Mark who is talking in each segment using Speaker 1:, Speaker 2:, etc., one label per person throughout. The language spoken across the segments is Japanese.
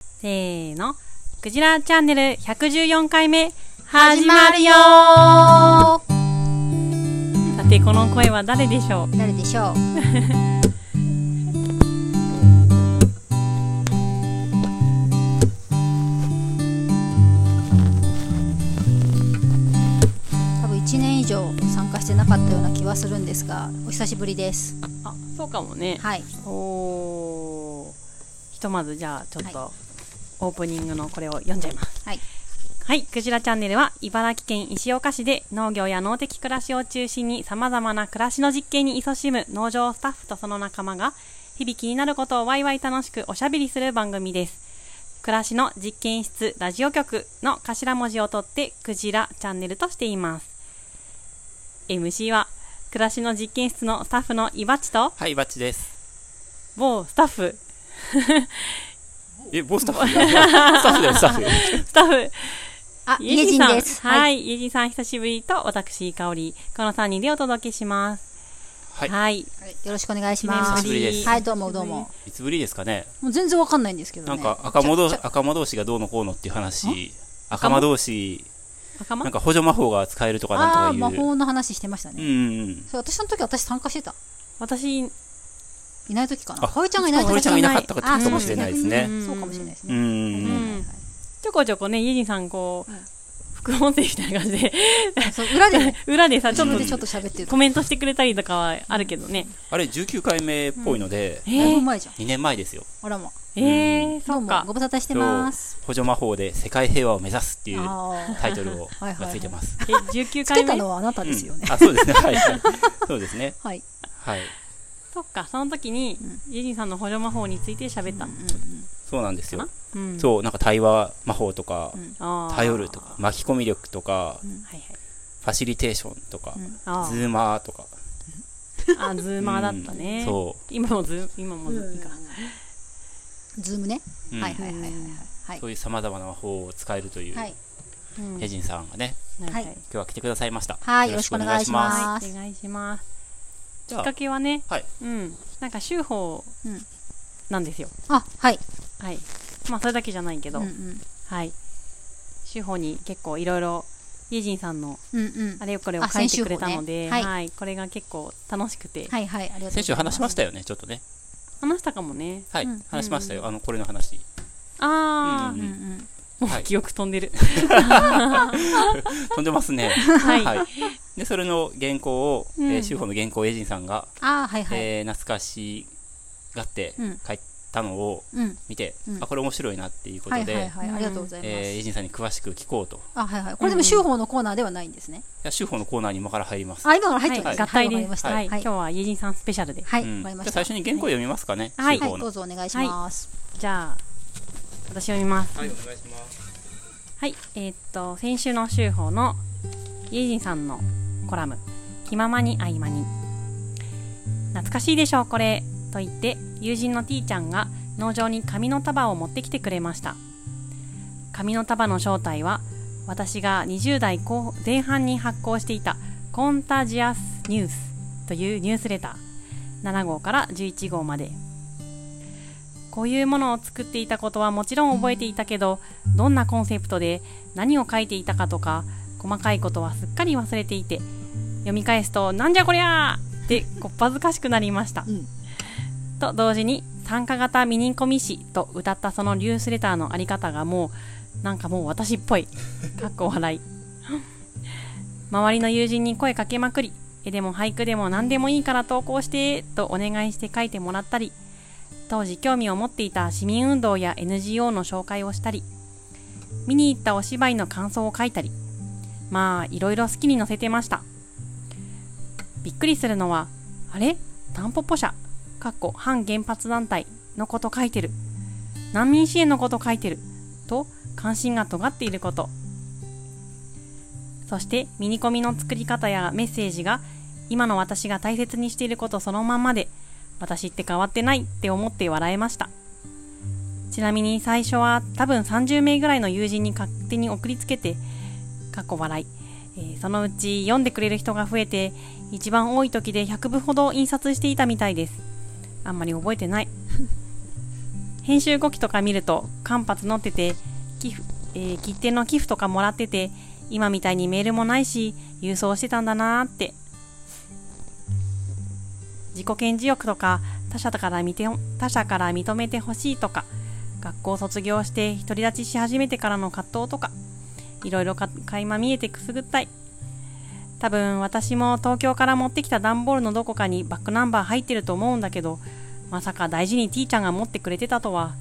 Speaker 1: せーの。クジラチャンネル114回目、
Speaker 2: 始
Speaker 1: 始
Speaker 2: ま
Speaker 1: ま
Speaker 2: る
Speaker 1: る
Speaker 2: よ
Speaker 1: よさて、この声は誰でしょう
Speaker 2: 誰で しょう多分1年以上参加してなかったような気はするんですがお久しぶりです
Speaker 1: あ、そうかもね。
Speaker 2: はい
Speaker 1: おー。ひとまずじゃあ、ちょっと、オープニングのこれを読んじゃいます。
Speaker 2: はい
Speaker 1: はい、クジラチャンネルは茨城県石岡市で農業や農的暮らしを中心に様々な暮らしの実験に勤しむ農場スタッフとその仲間が日々気になることをワイワイ楽しくおしゃべりする番組です。暮らしの実験室ラジオ局の頭文字を取ってクジラチャンネルとしています。MC は暮らしの実験室のスタッフのいばちと
Speaker 3: はい、バッチです。
Speaker 1: 某スタッフ、
Speaker 3: え、ボスタッ フスタッフだよ、スタッフ。
Speaker 1: スタッフ
Speaker 2: あ
Speaker 1: ゆ
Speaker 2: 家
Speaker 1: じ
Speaker 2: 人
Speaker 1: さん
Speaker 2: です、
Speaker 1: はいい、ゆじさん久しぶりと私、かおり、この3人でお届けします。
Speaker 3: はい
Speaker 1: はい。
Speaker 2: よろしくお願いし
Speaker 1: 一年
Speaker 2: ま
Speaker 1: ぶ
Speaker 2: す
Speaker 3: 久しぶりです
Speaker 2: はいどうもどうも
Speaker 3: いつぶりですかね。
Speaker 2: もう全然わかんないんですけど
Speaker 3: な
Speaker 2: ね
Speaker 3: んか赤間同
Speaker 2: ち
Speaker 3: 士
Speaker 2: ょちょ
Speaker 3: 赤間同士がどうのこうのっていう話、赤間同士、
Speaker 1: 仲間
Speaker 3: なんか補助魔法が使えるとか
Speaker 2: あ
Speaker 3: な
Speaker 2: あ
Speaker 3: ん
Speaker 2: ー
Speaker 3: とか
Speaker 2: 魔
Speaker 3: いう。
Speaker 2: 法の話してました
Speaker 3: う
Speaker 2: ね、
Speaker 3: んうんうん。
Speaker 2: それ私の時私参加してた
Speaker 1: 私、
Speaker 2: いない時かな
Speaker 3: あ
Speaker 2: かおりちゃんがいない
Speaker 3: あ、
Speaker 2: 時
Speaker 3: これちゃんがいなかった
Speaker 2: あ
Speaker 3: か
Speaker 2: ー
Speaker 3: かもしれないですね。
Speaker 2: そうかもしれないです
Speaker 3: う
Speaker 2: ね、
Speaker 3: んうんうん。
Speaker 1: んちょこちょこね、ゆじさん、こう、副音声みたいな感じで、
Speaker 2: そう裏でね
Speaker 1: 裏でさ、ち
Speaker 2: 自
Speaker 1: ょっ
Speaker 2: 分
Speaker 1: と
Speaker 2: でちょっと喋ってる
Speaker 1: コメントしてくれたりとかはあるけどね。
Speaker 3: あれ19回目っぽいので、
Speaker 1: え
Speaker 2: だいぶ
Speaker 1: ー、
Speaker 2: 前じゃん
Speaker 3: 2年前ですよ。
Speaker 2: あらま
Speaker 1: えー、
Speaker 2: ど
Speaker 1: そうう
Speaker 2: も
Speaker 1: か
Speaker 2: ご。無沙汰してます
Speaker 3: 補助魔法で世界平和を目指すっていう
Speaker 2: あー
Speaker 3: タイトルを
Speaker 2: はいはいはい
Speaker 3: がついてます。
Speaker 1: え、19
Speaker 2: つけ
Speaker 1: 回
Speaker 2: た
Speaker 1: 目
Speaker 2: の。はあなたですよね、
Speaker 3: うんあ、そうですね。はい。そうですね。
Speaker 2: はい、
Speaker 3: はい。
Speaker 1: そっか、その時に、ゆじさんの補助魔法について喋った
Speaker 2: うん。
Speaker 3: そうなんですよ。
Speaker 1: うん。う。
Speaker 3: そう、なんか対話魔法とか、
Speaker 1: あー
Speaker 3: 頼ると。か巻き込み力とか、
Speaker 1: はいはい。
Speaker 3: ファシリテーションとか、
Speaker 2: うん
Speaker 1: あ
Speaker 3: ズ
Speaker 1: ー
Speaker 3: ーマーとか
Speaker 1: あ、ズーマーだったね。
Speaker 3: そ
Speaker 1: 今もズー、今も
Speaker 2: う
Speaker 1: ズ
Speaker 2: ん
Speaker 1: ーいいか。
Speaker 2: ズームね、
Speaker 3: う、うん
Speaker 2: はいはいはいはいはい
Speaker 3: そういうさまざまな魔法を使えるという、
Speaker 2: はい
Speaker 1: うん
Speaker 3: ヘジンさんがね
Speaker 1: はいはい
Speaker 2: はい
Speaker 3: 今日は来てくださいました
Speaker 2: はいよろしくお願いします
Speaker 1: はい、お願いします。
Speaker 3: じ
Speaker 1: き
Speaker 3: ゃ
Speaker 1: っか
Speaker 3: あ
Speaker 1: けはね、
Speaker 3: はい
Speaker 1: うん、なんか修法
Speaker 2: うん
Speaker 1: なんですよ。
Speaker 2: あはい、
Speaker 1: はい。まあそれだけじゃないけ
Speaker 2: う
Speaker 1: ど、
Speaker 2: んうん、
Speaker 1: はい。修法に結構いろいろイジンさんの
Speaker 2: うんうん
Speaker 1: あれこれを
Speaker 2: あ
Speaker 1: 書いて
Speaker 2: 先
Speaker 1: くれた
Speaker 2: 週
Speaker 1: の
Speaker 2: 法
Speaker 1: で、
Speaker 2: ねはい
Speaker 1: これが結構楽しくて、
Speaker 2: はいはいありがとうございます
Speaker 3: 先週話しましたよねちょっとね
Speaker 1: 話したかもね。
Speaker 3: はい、
Speaker 2: うん
Speaker 3: 話しましたよあのこれの話
Speaker 1: ああ、
Speaker 2: うん
Speaker 3: う
Speaker 2: うんん
Speaker 1: も
Speaker 3: は
Speaker 1: う
Speaker 3: い
Speaker 1: 記憶飛んでる。
Speaker 3: 飛んでます ね
Speaker 1: はい。
Speaker 3: はいでそれの原稿を、
Speaker 1: うん
Speaker 3: えー、修法の原稿をエジンさんが、
Speaker 2: あーはいはい、
Speaker 3: えー懐かしがって
Speaker 2: うん
Speaker 3: 書いたのを
Speaker 2: うん
Speaker 3: 見て、
Speaker 2: うん
Speaker 3: あこれ面白いなっていうこと
Speaker 2: は
Speaker 3: で、
Speaker 2: いはいはい、
Speaker 1: うん
Speaker 2: ありがとうございます、
Speaker 3: えー、エジンさんに詳しく聞こうとい
Speaker 2: あはいはいこれでも修法のコーナーではないんですね、
Speaker 3: や修法のコーナーに今から入ります
Speaker 2: あ今から入
Speaker 1: は
Speaker 2: っ
Speaker 1: い、
Speaker 2: てま
Speaker 1: 合
Speaker 2: すね
Speaker 1: 体
Speaker 2: わか
Speaker 1: で。
Speaker 2: りますし
Speaker 1: は
Speaker 2: た
Speaker 1: い、
Speaker 2: は
Speaker 1: 今日
Speaker 2: いはい、
Speaker 1: はイジンさんスペシャルで。
Speaker 2: はい
Speaker 3: うん
Speaker 2: わかりま
Speaker 3: じ
Speaker 2: し
Speaker 3: ゃあ
Speaker 2: た
Speaker 3: 最初に原稿を読みますかね、
Speaker 1: はい
Speaker 3: 修
Speaker 2: は
Speaker 3: 法
Speaker 2: い
Speaker 3: の
Speaker 2: どうぞお願いします、
Speaker 1: じゃあ私読みます。
Speaker 3: はい、お願いします。
Speaker 1: はい、えーっと先週の週報のイージンさんのコラム「気ままに合間に」懐かしいでしょうこれと言って友人の T ちゃんが農場に紙の束を持ってきてくれました紙の束の正体は私が20代後前半に発行していた「コンタジアスニュース」というニュースレター7号から11号までこういうものを作っていたことはもちろん覚えていたけどどんなコンセプトで何を書いていたかとか細かいことはすっかり忘れていて読み返すと「なんじゃこりゃ!」ってこっぱずかしくなりました、
Speaker 2: うん
Speaker 1: と同時に「参加型ミニコミ誌」と歌ったそのニュースレターのあり方がもうなんかもう私っぽいかっこ笑い 周りの友人に声かけまくり絵でも俳句でも何でもいいから投稿してとお願いして書いてもらったり当時興味を持っていた市民運動や NGO の紹介をしたり見に行ったお芝居の感想を書いたりまあいろいろ好きに載せてましたびっくりするのはあれタンポポ社かっこ反原発団体のこと書いてる難民支援のこと書いてると関心が尖っていることそしてミニコミの作り方やメッセージが今の私が大切にしていることそのまんまで私って変わってないって思って笑えましたちなみに最初は多分30名ぐらいの友人に勝手に送りつけて過去笑い、えーそのうち読んでくれる人が増えて一番多い時で100部ほど印刷していたみたいですあんまり覚えてない 編集後期とか見ると間髪乗ってて寄付、えー切手の寄付とかもらってて今みたいにメールもないし郵送してたんだなーって自己顕示欲とか他者から見て他者から認めてほしいとか学校卒業して独り立ちし始めてからの葛藤とかいろいろか垣間見えてくすぐったい多分私も東京から持ってきた段ボールのどこかにバックナンバー入ってると思うんだけどまさか大事に T ちゃんが持ってくれてたとは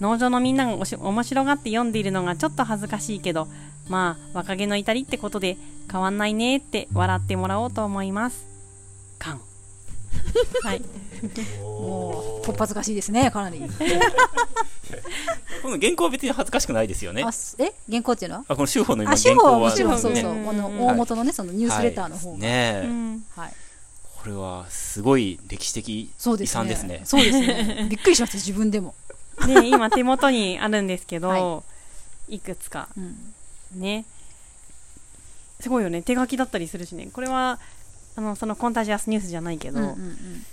Speaker 1: 農場のみんながおし面白がって読んでいるのがちょっと恥ずかしいけどまあ若気の至りってことで変わんないねって笑ってもらおうと思いますかんはい
Speaker 2: もう、とっぱずかしいですね、かなり。
Speaker 3: この原稿は別に恥ずかしくないですよね
Speaker 2: あ。すえ原稿っていうのは
Speaker 3: あ、この修法の今
Speaker 2: あ、司
Speaker 3: 原
Speaker 2: 法は
Speaker 3: 稿
Speaker 2: も
Speaker 3: は
Speaker 2: ち
Speaker 3: ね。
Speaker 2: ろ
Speaker 1: 法
Speaker 2: ん、そうそう。
Speaker 1: ね
Speaker 2: この
Speaker 1: はい
Speaker 2: 大元のね、そのニュースレターの方
Speaker 3: はい
Speaker 2: が。
Speaker 1: う
Speaker 3: ねえ
Speaker 1: ん
Speaker 2: はい。
Speaker 3: これはすごい歴史的
Speaker 2: そうで
Speaker 3: 遺
Speaker 2: す
Speaker 3: 産
Speaker 2: ね。
Speaker 3: ですね。
Speaker 2: そうです ね。びっくりしました、自分でも。
Speaker 1: ね、今手元にあるんですけど、、
Speaker 2: はい
Speaker 1: くつか
Speaker 2: うん。
Speaker 1: ねすごいよね手書きだったりするしねこれはあのそのコンタジアスニュースじゃないけ
Speaker 2: う
Speaker 1: ど、
Speaker 2: んうんうん。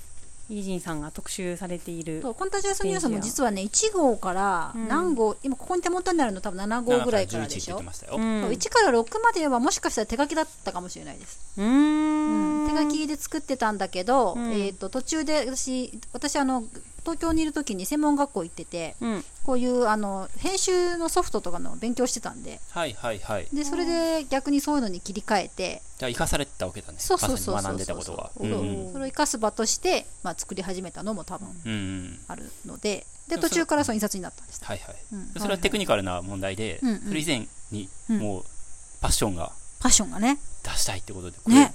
Speaker 1: イージンさんが特集されている
Speaker 2: そうコンタジャスニュースも実はね1号から何号、今ここに手元にあるの多分7号ぐらいからでし
Speaker 3: 711って言っ
Speaker 2: ょ
Speaker 3: て、ましたよ。
Speaker 1: ん
Speaker 2: そう1から6まではもしかしたら手書きだったかもしれないです、
Speaker 1: うーん
Speaker 2: 手書きで作ってたんだけど、
Speaker 1: うん
Speaker 2: えー、と途中で私私あの東京にいる時に専門学校行ってて
Speaker 1: うん
Speaker 2: こういうあの編集のソフトとかの勉強してたんで
Speaker 3: はいはいはい。
Speaker 2: でそれで逆にそういうのに切り替えて
Speaker 3: じゃあ生かされてたわけだね。
Speaker 2: そうそうそう
Speaker 3: まさ
Speaker 2: そ
Speaker 3: に学ん
Speaker 2: う
Speaker 3: で
Speaker 2: そ
Speaker 3: た
Speaker 2: う
Speaker 3: ことは。
Speaker 2: そううん
Speaker 3: う
Speaker 2: それを生かす場として、まあ、作り始めたのも多分
Speaker 3: ん。うんうん。
Speaker 2: あるのでで
Speaker 3: でもそれ
Speaker 2: 途中からそう印刷になったんです、
Speaker 3: はいはい。
Speaker 2: うん、
Speaker 3: それはテクニカルな問題で
Speaker 2: うんうん、
Speaker 3: それ以前に
Speaker 2: うん
Speaker 3: もうパッションが
Speaker 2: パッションがね
Speaker 3: 出したいってことで、これ
Speaker 2: ね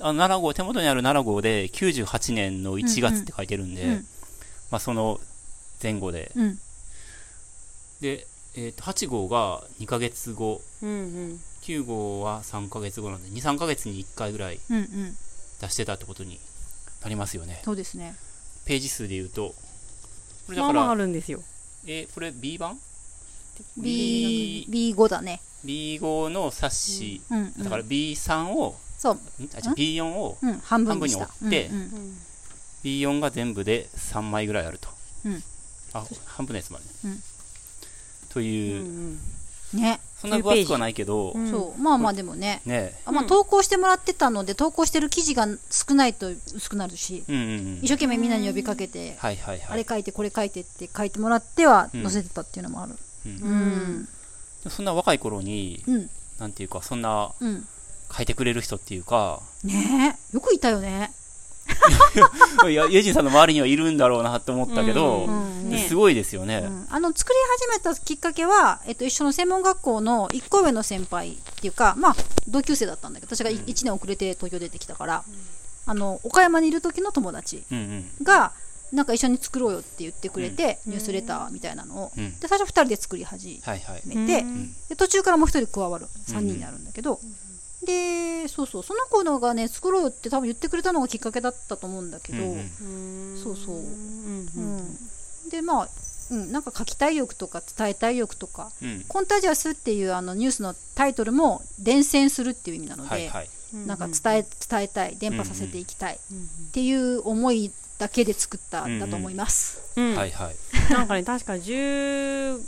Speaker 3: あの7号、手元にある7号で98年の1月って書いてるんで、
Speaker 2: うんうん
Speaker 3: まあその前後で。
Speaker 2: うん
Speaker 3: で、えー、と8号が2ヶ月後、
Speaker 1: うん
Speaker 3: 9号は3ヶ月後なんで、2、3ヶ月に1回ぐらい
Speaker 2: うんうん
Speaker 3: 出してたってことになりますよね。
Speaker 2: そうですね
Speaker 3: ページ数で言うと、こ
Speaker 1: う
Speaker 3: れ
Speaker 1: ん
Speaker 3: だ
Speaker 1: ま
Speaker 3: か
Speaker 1: あまああ
Speaker 3: ら、
Speaker 1: るんですよ
Speaker 3: えーこれ B 版
Speaker 2: B B5 だね
Speaker 3: B5 の冊子、
Speaker 2: うんうん
Speaker 3: だから B3 を、
Speaker 2: そう、
Speaker 3: んあ違う B4 を、
Speaker 2: うん、半分にした
Speaker 3: 半分に折っ
Speaker 2: う
Speaker 3: て
Speaker 2: んうん、
Speaker 3: B4 が全部で3枚ぐらいあると。
Speaker 2: うん
Speaker 3: あ、半分のやつまでね。
Speaker 2: うん
Speaker 3: と
Speaker 1: う
Speaker 3: いう、
Speaker 1: ん
Speaker 2: ね、
Speaker 3: そんな分厚くはないけど、
Speaker 1: うん
Speaker 2: そうまあまあでもね、
Speaker 3: ね
Speaker 2: あまあ、
Speaker 1: うん
Speaker 2: 投稿してもらってたので投稿してる記事が少ないと薄くなるし
Speaker 3: え。うんうんうん
Speaker 2: 一。生懸命みんなに呼びかけて、
Speaker 3: はいはい
Speaker 2: あ
Speaker 3: は
Speaker 2: れ
Speaker 3: い。
Speaker 2: 書いてこれ書いてって書いてもらっては
Speaker 3: うん
Speaker 2: 載せてたっていうのもある
Speaker 3: う
Speaker 2: う
Speaker 3: ん
Speaker 2: んうん
Speaker 3: そんな若い頃に、
Speaker 2: うん、
Speaker 3: なんていうか、そんな書いてくれる人っていうか、
Speaker 2: ねえよくいたよね
Speaker 3: いや、ユージンさんの周りにはいるんだろうなと思ったけど、
Speaker 1: うんね
Speaker 3: すごいですよね。
Speaker 2: うんあの作り始めたきっかけは、えっと、一緒の専門学校の1個上の先輩っていうか、まあ、同級生だったんだけど私が1年遅れて東京出てきたから、あの岡山にいる時の友達
Speaker 3: うんうん。
Speaker 2: がなんか一緒に作ろうよって言ってくれて、
Speaker 1: うん
Speaker 2: ニュースレターみたいなのを、
Speaker 3: うん。
Speaker 2: で最初2人で作り始
Speaker 3: はいはい。
Speaker 2: めて、
Speaker 1: うん
Speaker 2: で途中からもう1人加わる3人になるんだけど、でそうそうその子のがね作ろうって多分言ってくれたのがきっかけだったと思うんだけど、
Speaker 3: うんうん
Speaker 2: そうそうんう
Speaker 1: うんん
Speaker 2: でまあ、うん、なんか書きたい欲とか伝えたい欲とか
Speaker 3: うん
Speaker 2: コンタジャスっていうあのニュースのタイトルも伝染するっていう意味なので、
Speaker 3: はいはい。
Speaker 1: うん
Speaker 2: なんか伝え伝えたい伝播させていきたいっ
Speaker 1: うん
Speaker 2: ていう思いだけで作ったんだと思います。
Speaker 1: うん
Speaker 3: はいはい。
Speaker 1: なんかね確か10
Speaker 2: うん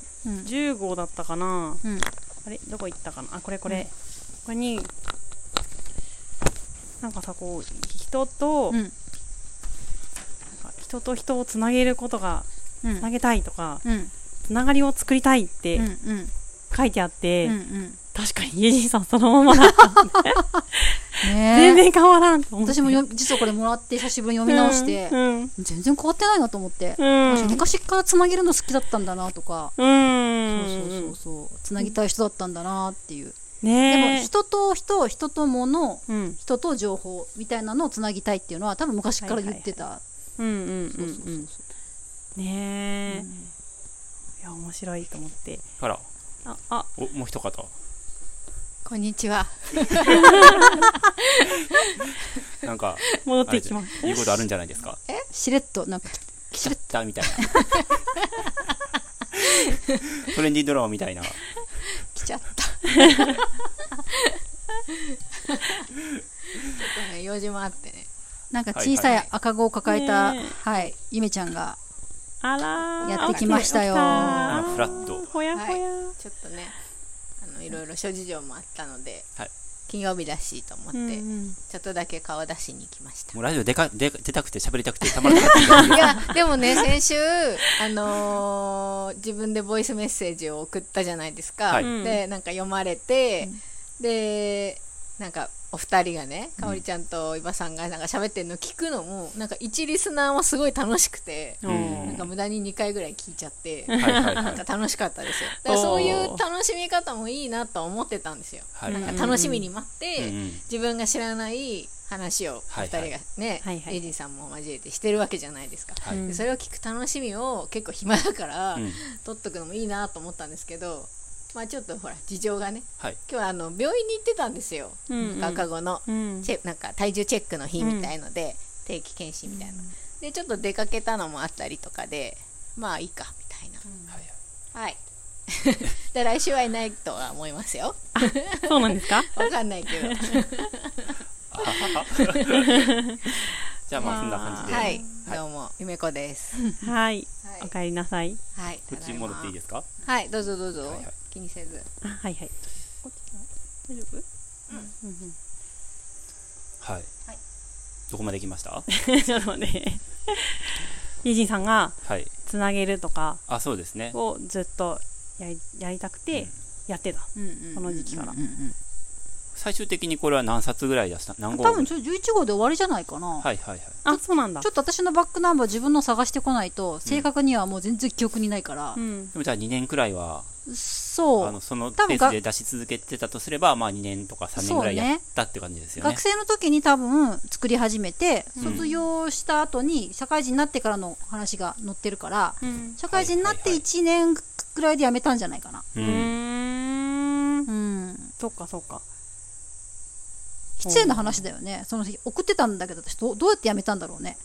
Speaker 1: 10号だったかな
Speaker 2: うん
Speaker 1: あれどこ行ったかなあこれこれこれになんかさこう人と
Speaker 2: う
Speaker 1: なん
Speaker 2: ん
Speaker 1: か人と人をつなげることが
Speaker 2: うん
Speaker 1: つなげたいとか
Speaker 2: うん
Speaker 1: つながりを作りたいっ
Speaker 2: うんう
Speaker 1: て
Speaker 2: ん
Speaker 1: 書いてあって、
Speaker 2: うんうん
Speaker 1: 確かにイエジンさんそのままだ全
Speaker 2: ねえ
Speaker 1: 然変わらんと思って
Speaker 2: 私もよ実はこれもらって久しぶりに読み直して、
Speaker 1: うん
Speaker 2: 全然変わってないなと思って、
Speaker 1: うん
Speaker 2: 私昔からつなげるの好きだったんだなとか、
Speaker 1: うん
Speaker 2: そうそうそうそうつなぎたい人だったんだなっていう、でも
Speaker 1: ねえ
Speaker 2: 人と人人と物
Speaker 1: うん
Speaker 2: 人と情報みたいなのをつなぎたいっていうのは多分昔から言ってた
Speaker 1: うんうんう
Speaker 2: そ
Speaker 1: んう
Speaker 2: うそうそうんそ
Speaker 1: ねえ、
Speaker 2: う
Speaker 1: いや面白いと思って
Speaker 3: あら、
Speaker 1: ああ
Speaker 3: お、もう一方。
Speaker 4: こんにちは。
Speaker 3: なんか、
Speaker 1: 戻っ
Speaker 3: あれ
Speaker 1: て
Speaker 3: で
Speaker 1: きます
Speaker 3: 言うことあるんじゃないですか。
Speaker 2: えしれっとなんか
Speaker 3: 来ちゃったみたいな。トレンディードラマみたいな。
Speaker 4: 来ちゃった。 ちょっとね、用事もあってね。
Speaker 2: なんか小さい赤子を抱えた、
Speaker 1: ね
Speaker 2: はいゆめちゃんが
Speaker 1: あらー
Speaker 2: やってきました
Speaker 1: 起きて起きた
Speaker 2: よ
Speaker 3: あらフラッと
Speaker 1: ほやほや、
Speaker 4: ちょっとねあのいろいろ諸事情もあったので、
Speaker 3: はい
Speaker 4: 金曜日だしと思って、
Speaker 1: うんうん
Speaker 4: ちょっとだけ顔出しに行きました
Speaker 3: もうラジオでかで出たくて喋りたくてたまらなかった
Speaker 4: いやでもね先週、あのー自分でボイスメッセージを送ったじゃないですか、
Speaker 3: はい
Speaker 4: でなんか読まれて、でなんかお二人がねかおりちゃんと伊庭さんがなんか喋ってるの聞くのもなんか一リスナーもすごい楽しくて、
Speaker 3: うん
Speaker 4: なんか無駄に2回ぐらい聞いち ゃって、
Speaker 3: はいはいは
Speaker 4: な
Speaker 3: い
Speaker 4: んか楽しかっ たですよだからそういう楽しみ方もいいなとは思ってたんですよ
Speaker 3: はい
Speaker 1: うん
Speaker 4: なんか楽しみに待って、
Speaker 3: うんうん
Speaker 4: 自分が知らない話をお
Speaker 3: はい
Speaker 4: 二人がね、
Speaker 1: はいはい
Speaker 4: エイジンさんも交えてしてるわけじゃないですか、
Speaker 3: はい
Speaker 1: うん
Speaker 4: でそれを聞く楽しみを結構暇だから、
Speaker 3: うん
Speaker 4: 取っとくのもいいなと思ったんですけどまあちょっとほら事情がね
Speaker 3: はい
Speaker 4: 今日はあの病院に行ってたんですよ
Speaker 1: うんうん
Speaker 4: 赤子の
Speaker 1: うん
Speaker 4: チェなんか体重チェックの日みたいので、定期検診みたいな、でちょっと出かけたのもあったりとかでまあいいかみたいな、
Speaker 3: はい
Speaker 4: はい で来週はいないとは思いますよ
Speaker 1: そうなんですか
Speaker 4: わかんない けど
Speaker 3: じゃあまあそんな感じで、
Speaker 4: はいどうも夢子です
Speaker 1: はい
Speaker 4: はい
Speaker 1: おかえりなさい
Speaker 4: はい
Speaker 3: こっちに戻っていいですか
Speaker 4: すはいどうぞどうぞ、
Speaker 3: はいはい
Speaker 4: 気にせず
Speaker 1: あはいはいこっちは大丈夫うんうん
Speaker 3: はい、
Speaker 4: はい
Speaker 3: どこまで行きました
Speaker 1: ちょっと待って。イージンさんが
Speaker 3: はい
Speaker 1: つなげるとか
Speaker 3: あそうですね
Speaker 1: をずっとやりやりたくてやってた。この時期から。
Speaker 3: 最終的にこれは何冊ぐらい出した何号
Speaker 2: 多分それ11号で終わりじゃないかな、
Speaker 3: はいはいはい
Speaker 1: あ、そうなんだ
Speaker 2: ちょ。っと私のバックナンバー自分の探してこないと正確にはもう全然記憶にないから
Speaker 1: う、ん。
Speaker 3: でもじゃあ2年くらいは
Speaker 2: そう
Speaker 3: あのそのペ
Speaker 2: 多分
Speaker 3: ー
Speaker 2: が
Speaker 3: スで出し続けてたとすればまあ2年とか3年ぐらい
Speaker 2: そうね
Speaker 3: やったって感じですよね
Speaker 2: 学生の時に多分作り始めて
Speaker 3: うん
Speaker 2: 卒業した後に社会人になってからの話が載ってるから
Speaker 1: うん。
Speaker 2: 社会人になって1年くらいで辞めたんじゃないかな
Speaker 1: う
Speaker 3: うん
Speaker 1: ーん。
Speaker 2: うん
Speaker 1: そっかそっか。
Speaker 2: 失礼な話だよねその日送ってたんだけど私どうどうやって辞めたんだろうね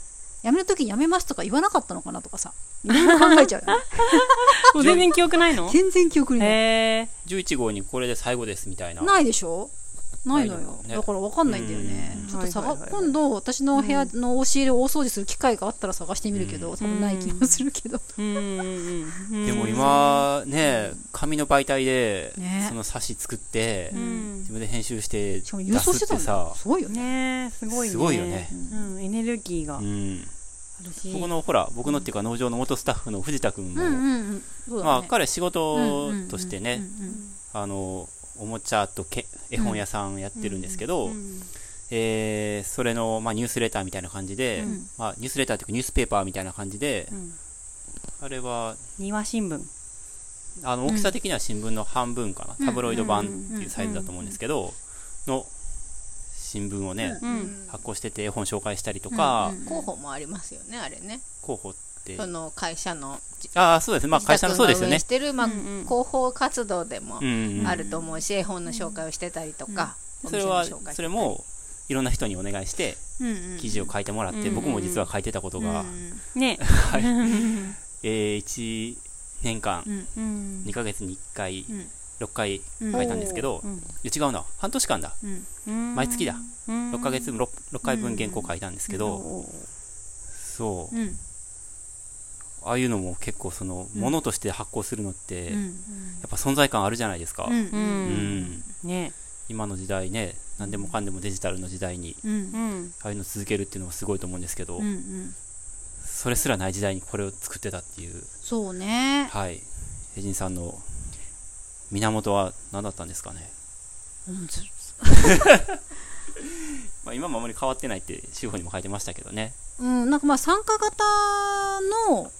Speaker 2: 辞める時に辞めますとか言わなかったのかなと かさいろいろ考えちゃうよね
Speaker 1: もう全然記憶ないの
Speaker 2: 全然記憶にない、
Speaker 1: へえ。
Speaker 3: 11号にこれで最後ですみたいな
Speaker 2: ないでしょないの
Speaker 3: ない
Speaker 2: よ
Speaker 3: の、ね
Speaker 2: だから分かんないんだよね
Speaker 3: うん
Speaker 2: ちょっと
Speaker 1: はい
Speaker 2: 探
Speaker 1: はいはいはい
Speaker 2: 今度私の部屋の押し入れを大掃除する機会があったら探してみるけど、
Speaker 3: う
Speaker 2: 多
Speaker 3: ん
Speaker 2: 分ない気もするけど、
Speaker 1: うんうんうん。
Speaker 3: でも今ね紙の媒体で
Speaker 2: ね
Speaker 3: その冊子作って
Speaker 1: うん
Speaker 3: 自。分で編集して
Speaker 2: し
Speaker 3: 出
Speaker 2: かも郵送して
Speaker 3: すったて
Speaker 2: んだよ
Speaker 3: さ
Speaker 2: すごいよね
Speaker 1: ねえ、すごいね。
Speaker 3: すごいよね
Speaker 1: うん、エネルギーがあ
Speaker 3: うん
Speaker 1: るし。
Speaker 3: 僕のほら僕のっていうか農場の元スタッフの藤田君
Speaker 2: うんう
Speaker 3: も
Speaker 2: んうんそうだ
Speaker 3: まあ
Speaker 2: ね
Speaker 3: 彼仕事としてね
Speaker 2: うんうんうん
Speaker 3: あのおもちゃとけ絵本屋さんやってるんですけど、
Speaker 1: うん
Speaker 3: えーそれの、まあ、ニュースレターみたいな感じで、
Speaker 2: うん
Speaker 3: まあ、ニュースレターというかニュースペーパーみたいな感じで、
Speaker 1: うん
Speaker 3: あれは
Speaker 1: 庭新聞。
Speaker 3: あの大きさ的には新聞の半分かな、
Speaker 2: うん
Speaker 3: タブロイド版っていうサイズだと思うんですけど、の新聞をね、
Speaker 1: う。
Speaker 4: うん
Speaker 3: 発行してて絵本紹介したりとか、
Speaker 2: うんうん
Speaker 4: 候補もありますよねあれね
Speaker 3: 広報って
Speaker 4: その会社の
Speaker 3: ああそうですねまあ会社のそうですよね
Speaker 4: 自宅が運営してる、まあ
Speaker 1: うんうん
Speaker 4: 広報活動でも
Speaker 3: うんうん
Speaker 4: あると思うし、絵本の紹介をしてたりとか、お
Speaker 3: そ
Speaker 4: 店
Speaker 3: れ
Speaker 4: の
Speaker 3: は
Speaker 4: 紹介
Speaker 3: それもいろんな人にお願いして
Speaker 4: うんうん
Speaker 3: 記事を書いてもらって、
Speaker 1: うん
Speaker 3: 僕も実は書いてたことが、
Speaker 4: うん
Speaker 1: ね
Speaker 3: はい、えー、1年間
Speaker 1: え。うん
Speaker 3: 2ヶ月に1回、
Speaker 4: ん
Speaker 3: 6回書いたんですけど、
Speaker 1: うん
Speaker 3: いや違うな半年間だ
Speaker 1: うん
Speaker 3: 毎月だ
Speaker 1: うん
Speaker 3: 6ヶ月分 6, 6回分原稿書いたんですけど、
Speaker 1: おー
Speaker 3: そう
Speaker 4: うん
Speaker 3: ああいうのも結構その、ものとして発行するのって、
Speaker 4: う
Speaker 3: やっ
Speaker 4: ん
Speaker 3: ぱ存在感あるじゃないですか、
Speaker 4: うんうん
Speaker 3: うん
Speaker 1: ね
Speaker 3: 今の時代ね何でもかんでもデジタルの時代に
Speaker 4: うん
Speaker 1: うん
Speaker 3: ああいうの続けるっていうのもすごいと思うんですけど、
Speaker 4: うんうん
Speaker 3: それすらない時代にこれを作ってたっていう
Speaker 2: そうね
Speaker 3: はいエジンさんの源は何だったんですかね、 まあ、今もあまり変わってないって司法にも書いてましたけどね
Speaker 2: うんなんかまあ参加型の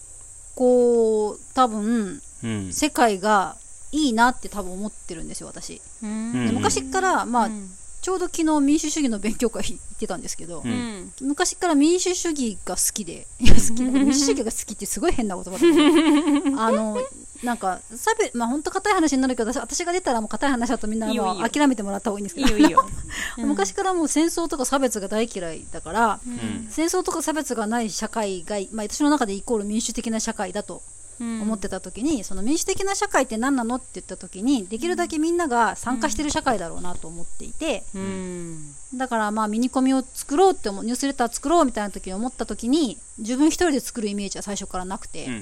Speaker 2: こう多分
Speaker 3: うん
Speaker 2: 世界がいいなって多分思ってるんですよ私
Speaker 1: うん
Speaker 2: で昔からまあ
Speaker 1: うん
Speaker 2: ちょうど昨日民主主義の勉強会行ってたんですけど、
Speaker 3: うん
Speaker 2: 昔から民主主義が好きでいや好き民主主義が好きってすごい変な言葉だけ どあのなんか差別まあ本当硬い話になるけど私私が出たらもう硬い話だとみんない
Speaker 1: いよ
Speaker 2: ま
Speaker 1: いいよ
Speaker 2: あ諦めてもらった方がいいんです
Speaker 1: い
Speaker 2: け
Speaker 1: い
Speaker 2: ど
Speaker 1: よいいよ
Speaker 2: 昔からもう戦争とか差別が大嫌いだから
Speaker 1: う
Speaker 3: うん
Speaker 1: ん
Speaker 2: 戦争とか差別がない社会が、まあ、私の中でイコール民主的な社会だと思ってた時に、その民主的な社会って何なのって言った時にできるだけみんなが参加してる社会だろうなと思っていて、
Speaker 1: うん
Speaker 2: だからまあミニコミを作ろうって思うニュースレター作ろうみたいな時に思った時に自分一人で作るイメージは最初からなくて、
Speaker 3: うんう
Speaker 1: うん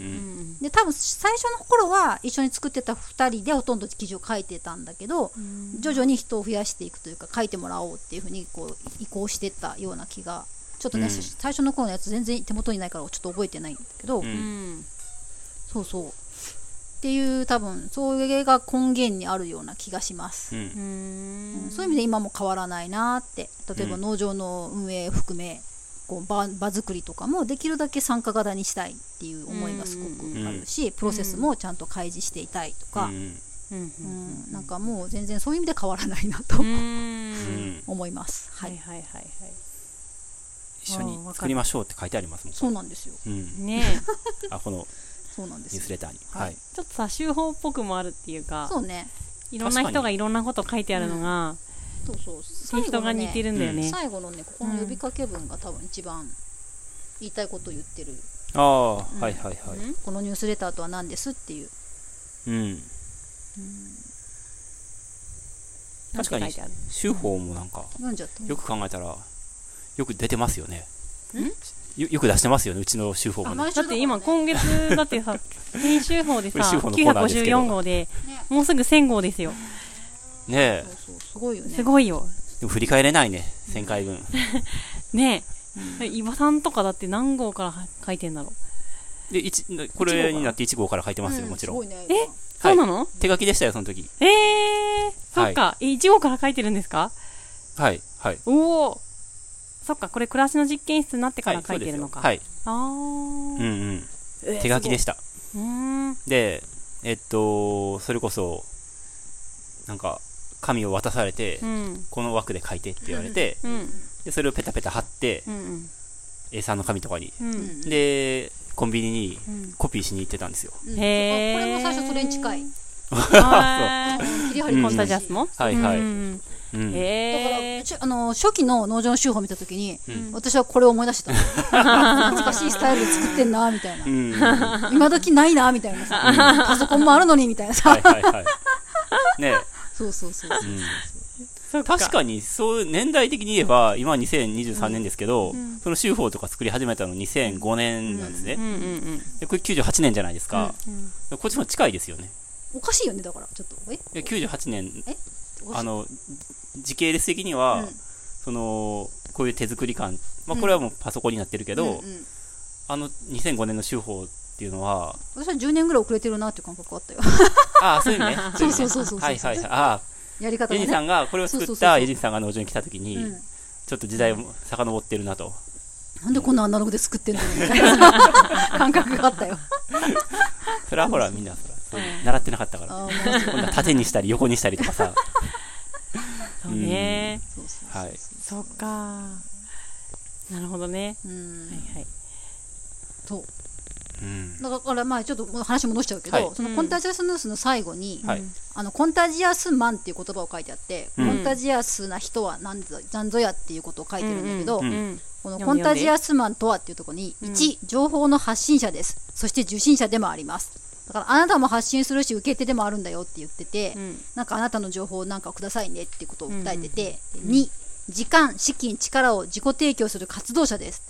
Speaker 1: ん
Speaker 2: で多分最初の頃は一緒に作ってた2人でほとんど記事を書いてたんだけど、徐々に人を増やしていくというか書いてもらおうっていうふうにこう移行してったような気がちょっとね、
Speaker 3: うん
Speaker 2: 最初の頃のやつ全然手元にないからちょっと覚えてないんだけど、
Speaker 3: う
Speaker 1: うんん
Speaker 2: そうそうっていう多分それが根源にあるような気がします、
Speaker 3: うん
Speaker 2: うんそういう意味で今も変わらないなって例えば
Speaker 3: うん
Speaker 2: 農場の運営含めこう場場作りとかもできるだけ参加型にしたいっていう思いがすごくあるし、プロセスもちゃんと開示していたいとか、
Speaker 3: うん
Speaker 1: うん
Speaker 2: う
Speaker 1: うんん
Speaker 2: なんかもう全然そういう意味で変わらないなと、
Speaker 1: うん
Speaker 2: 思います、は
Speaker 1: はいいはいはいは
Speaker 3: 一緒に作りましょうって書いてありますもん
Speaker 2: そうなんですよ
Speaker 3: うん
Speaker 1: いねえ
Speaker 3: あこの
Speaker 2: そうなんで
Speaker 3: ニュー
Speaker 2: すよ
Speaker 3: スレターに
Speaker 2: は
Speaker 3: はいい
Speaker 1: ちょっとさ手法っぽくもあるっていうか
Speaker 2: そうね
Speaker 1: いろんな人がいろんなこと書いてあるのが
Speaker 2: そうそう最後
Speaker 1: 人
Speaker 2: の
Speaker 1: が
Speaker 2: ね
Speaker 1: 似てるんだよね
Speaker 2: 最後のねここの呼びかけ文が多分一番言いたいことを言ってる、
Speaker 3: ああはいはいはい
Speaker 2: このニュースレターとは何ですっていう
Speaker 3: うん確か
Speaker 1: なん
Speaker 3: に
Speaker 1: て書いてある
Speaker 3: 手法もなんか
Speaker 2: 読んじゃった
Speaker 3: よく考えたらよく出てますよねよよく出してますよねうちの手法もね
Speaker 1: だって今今月だって さ編集法でさ
Speaker 3: 編集法のコーナーですけど
Speaker 1: 954号でもうすぐ1000号ですよ
Speaker 3: ねえ
Speaker 2: そうそうすごいよね
Speaker 1: すごいよ
Speaker 3: でも振り返れないね1000回分
Speaker 1: ねえ伊庭さんとかだって何号から書いてんだろう
Speaker 3: で一これになって1号から書いてますよもちろん
Speaker 2: すごいね
Speaker 1: えそうなの
Speaker 3: 手書きでしたよその時
Speaker 1: ええそっかえ1号から書いてるんですか
Speaker 3: はいはい
Speaker 1: おおそっかこれ暮らしの実験室になってから
Speaker 3: は
Speaker 1: 書いてるのか
Speaker 3: そうです
Speaker 1: あ
Speaker 3: よ
Speaker 1: ー
Speaker 3: はいうんうん
Speaker 1: えー
Speaker 3: 手書きでした
Speaker 1: すごいうーん
Speaker 3: でえっとそれこそなんか紙を渡されて、
Speaker 1: うん
Speaker 3: この枠で書いてって言われて、
Speaker 1: うん
Speaker 3: でそれをペタペタ貼って、
Speaker 1: うん
Speaker 3: A3 の紙とかに、
Speaker 1: うん
Speaker 2: うん
Speaker 3: でコンビニに
Speaker 1: うん
Speaker 3: コピーしに行ってたんですよ、
Speaker 2: うん
Speaker 1: へー
Speaker 2: これも最初それに近い
Speaker 1: は ーい
Speaker 2: 切り張り
Speaker 1: コ
Speaker 2: も
Speaker 1: ンタジャスも
Speaker 3: はいはい
Speaker 1: うんうん
Speaker 3: うん
Speaker 1: うん
Speaker 2: だから
Speaker 1: へ
Speaker 2: うちあの初期の農場の手法を見た時に、
Speaker 3: うん
Speaker 2: 私はこれを思い出して た懐かしいスタイルで作ってんなみたいな
Speaker 3: うんは
Speaker 2: 今時ないなみたいなさパソコンもあるのにみたいなさ、
Speaker 3: いはいはいね
Speaker 2: そうそうそうそう
Speaker 3: え、うん
Speaker 1: ー
Speaker 3: 確かにそう年代的に言えば今2023年ですけど、
Speaker 1: ん
Speaker 3: その修法とか作り始めたの2005年なんですね、
Speaker 1: うんうんうん
Speaker 3: でこれ98年じゃないですか、でこっちも近いですよね
Speaker 2: おかしいよねだからちょっとえ
Speaker 3: いや98年
Speaker 2: おかしい
Speaker 3: あの時系列的には、
Speaker 2: うん
Speaker 3: そのこういう手作り感、まあ、これはもうパソコンになってるけど、
Speaker 2: うんうん
Speaker 3: あの2005年の手法っていうの は
Speaker 2: 私は10年ぐらい遅れてるなっていう感覚あったよ
Speaker 3: ああ そういうね
Speaker 2: そうそうそう そうそう
Speaker 3: はいはいはいあ
Speaker 2: やり
Speaker 3: あ
Speaker 2: 方
Speaker 3: エ
Speaker 2: が
Speaker 3: リンさ
Speaker 2: ね
Speaker 3: んがこれを作
Speaker 2: そう
Speaker 3: っ
Speaker 2: そうそう
Speaker 3: たエリンさんが農場に来た時に、
Speaker 2: うん
Speaker 3: ちょっと時代を遡ってるなと
Speaker 2: なんでこんなアナログで作っ てんのみたいなさ感覚があったよ
Speaker 3: それはほらみんなそらそう習ってなかったから
Speaker 2: あーまあ
Speaker 3: 今度は縦にしたり横にしたりと かさ
Speaker 1: そうね
Speaker 2: そうそう
Speaker 3: はい
Speaker 1: そっかなるほどね
Speaker 2: うん
Speaker 1: はいはい
Speaker 2: そう
Speaker 3: うん
Speaker 2: だからまあちょっともう話戻しちゃうけど、
Speaker 3: はい
Speaker 2: そのコンタジアスニュースの最後に、
Speaker 3: はい
Speaker 2: あのコンタジアスマンっていう言葉を書いてあって、
Speaker 3: うん
Speaker 2: コンタジアスな人は何ぞ何ぞやっていうことを書いてるんだけど、
Speaker 1: う
Speaker 3: うんん
Speaker 2: この
Speaker 1: 読んで
Speaker 2: コンタジアスマンとはっていうところに、
Speaker 1: うん
Speaker 2: 1、情報の発信者です。そして受信者でもあります。だからあなたも発信するし、受け手でもあるんだよって言ってて、
Speaker 1: うん
Speaker 2: なんかあなたの情報なんかをくださいねっていうことを訴えてて、
Speaker 1: ん
Speaker 2: 2、時間、資金、力を自己提供する活動者です。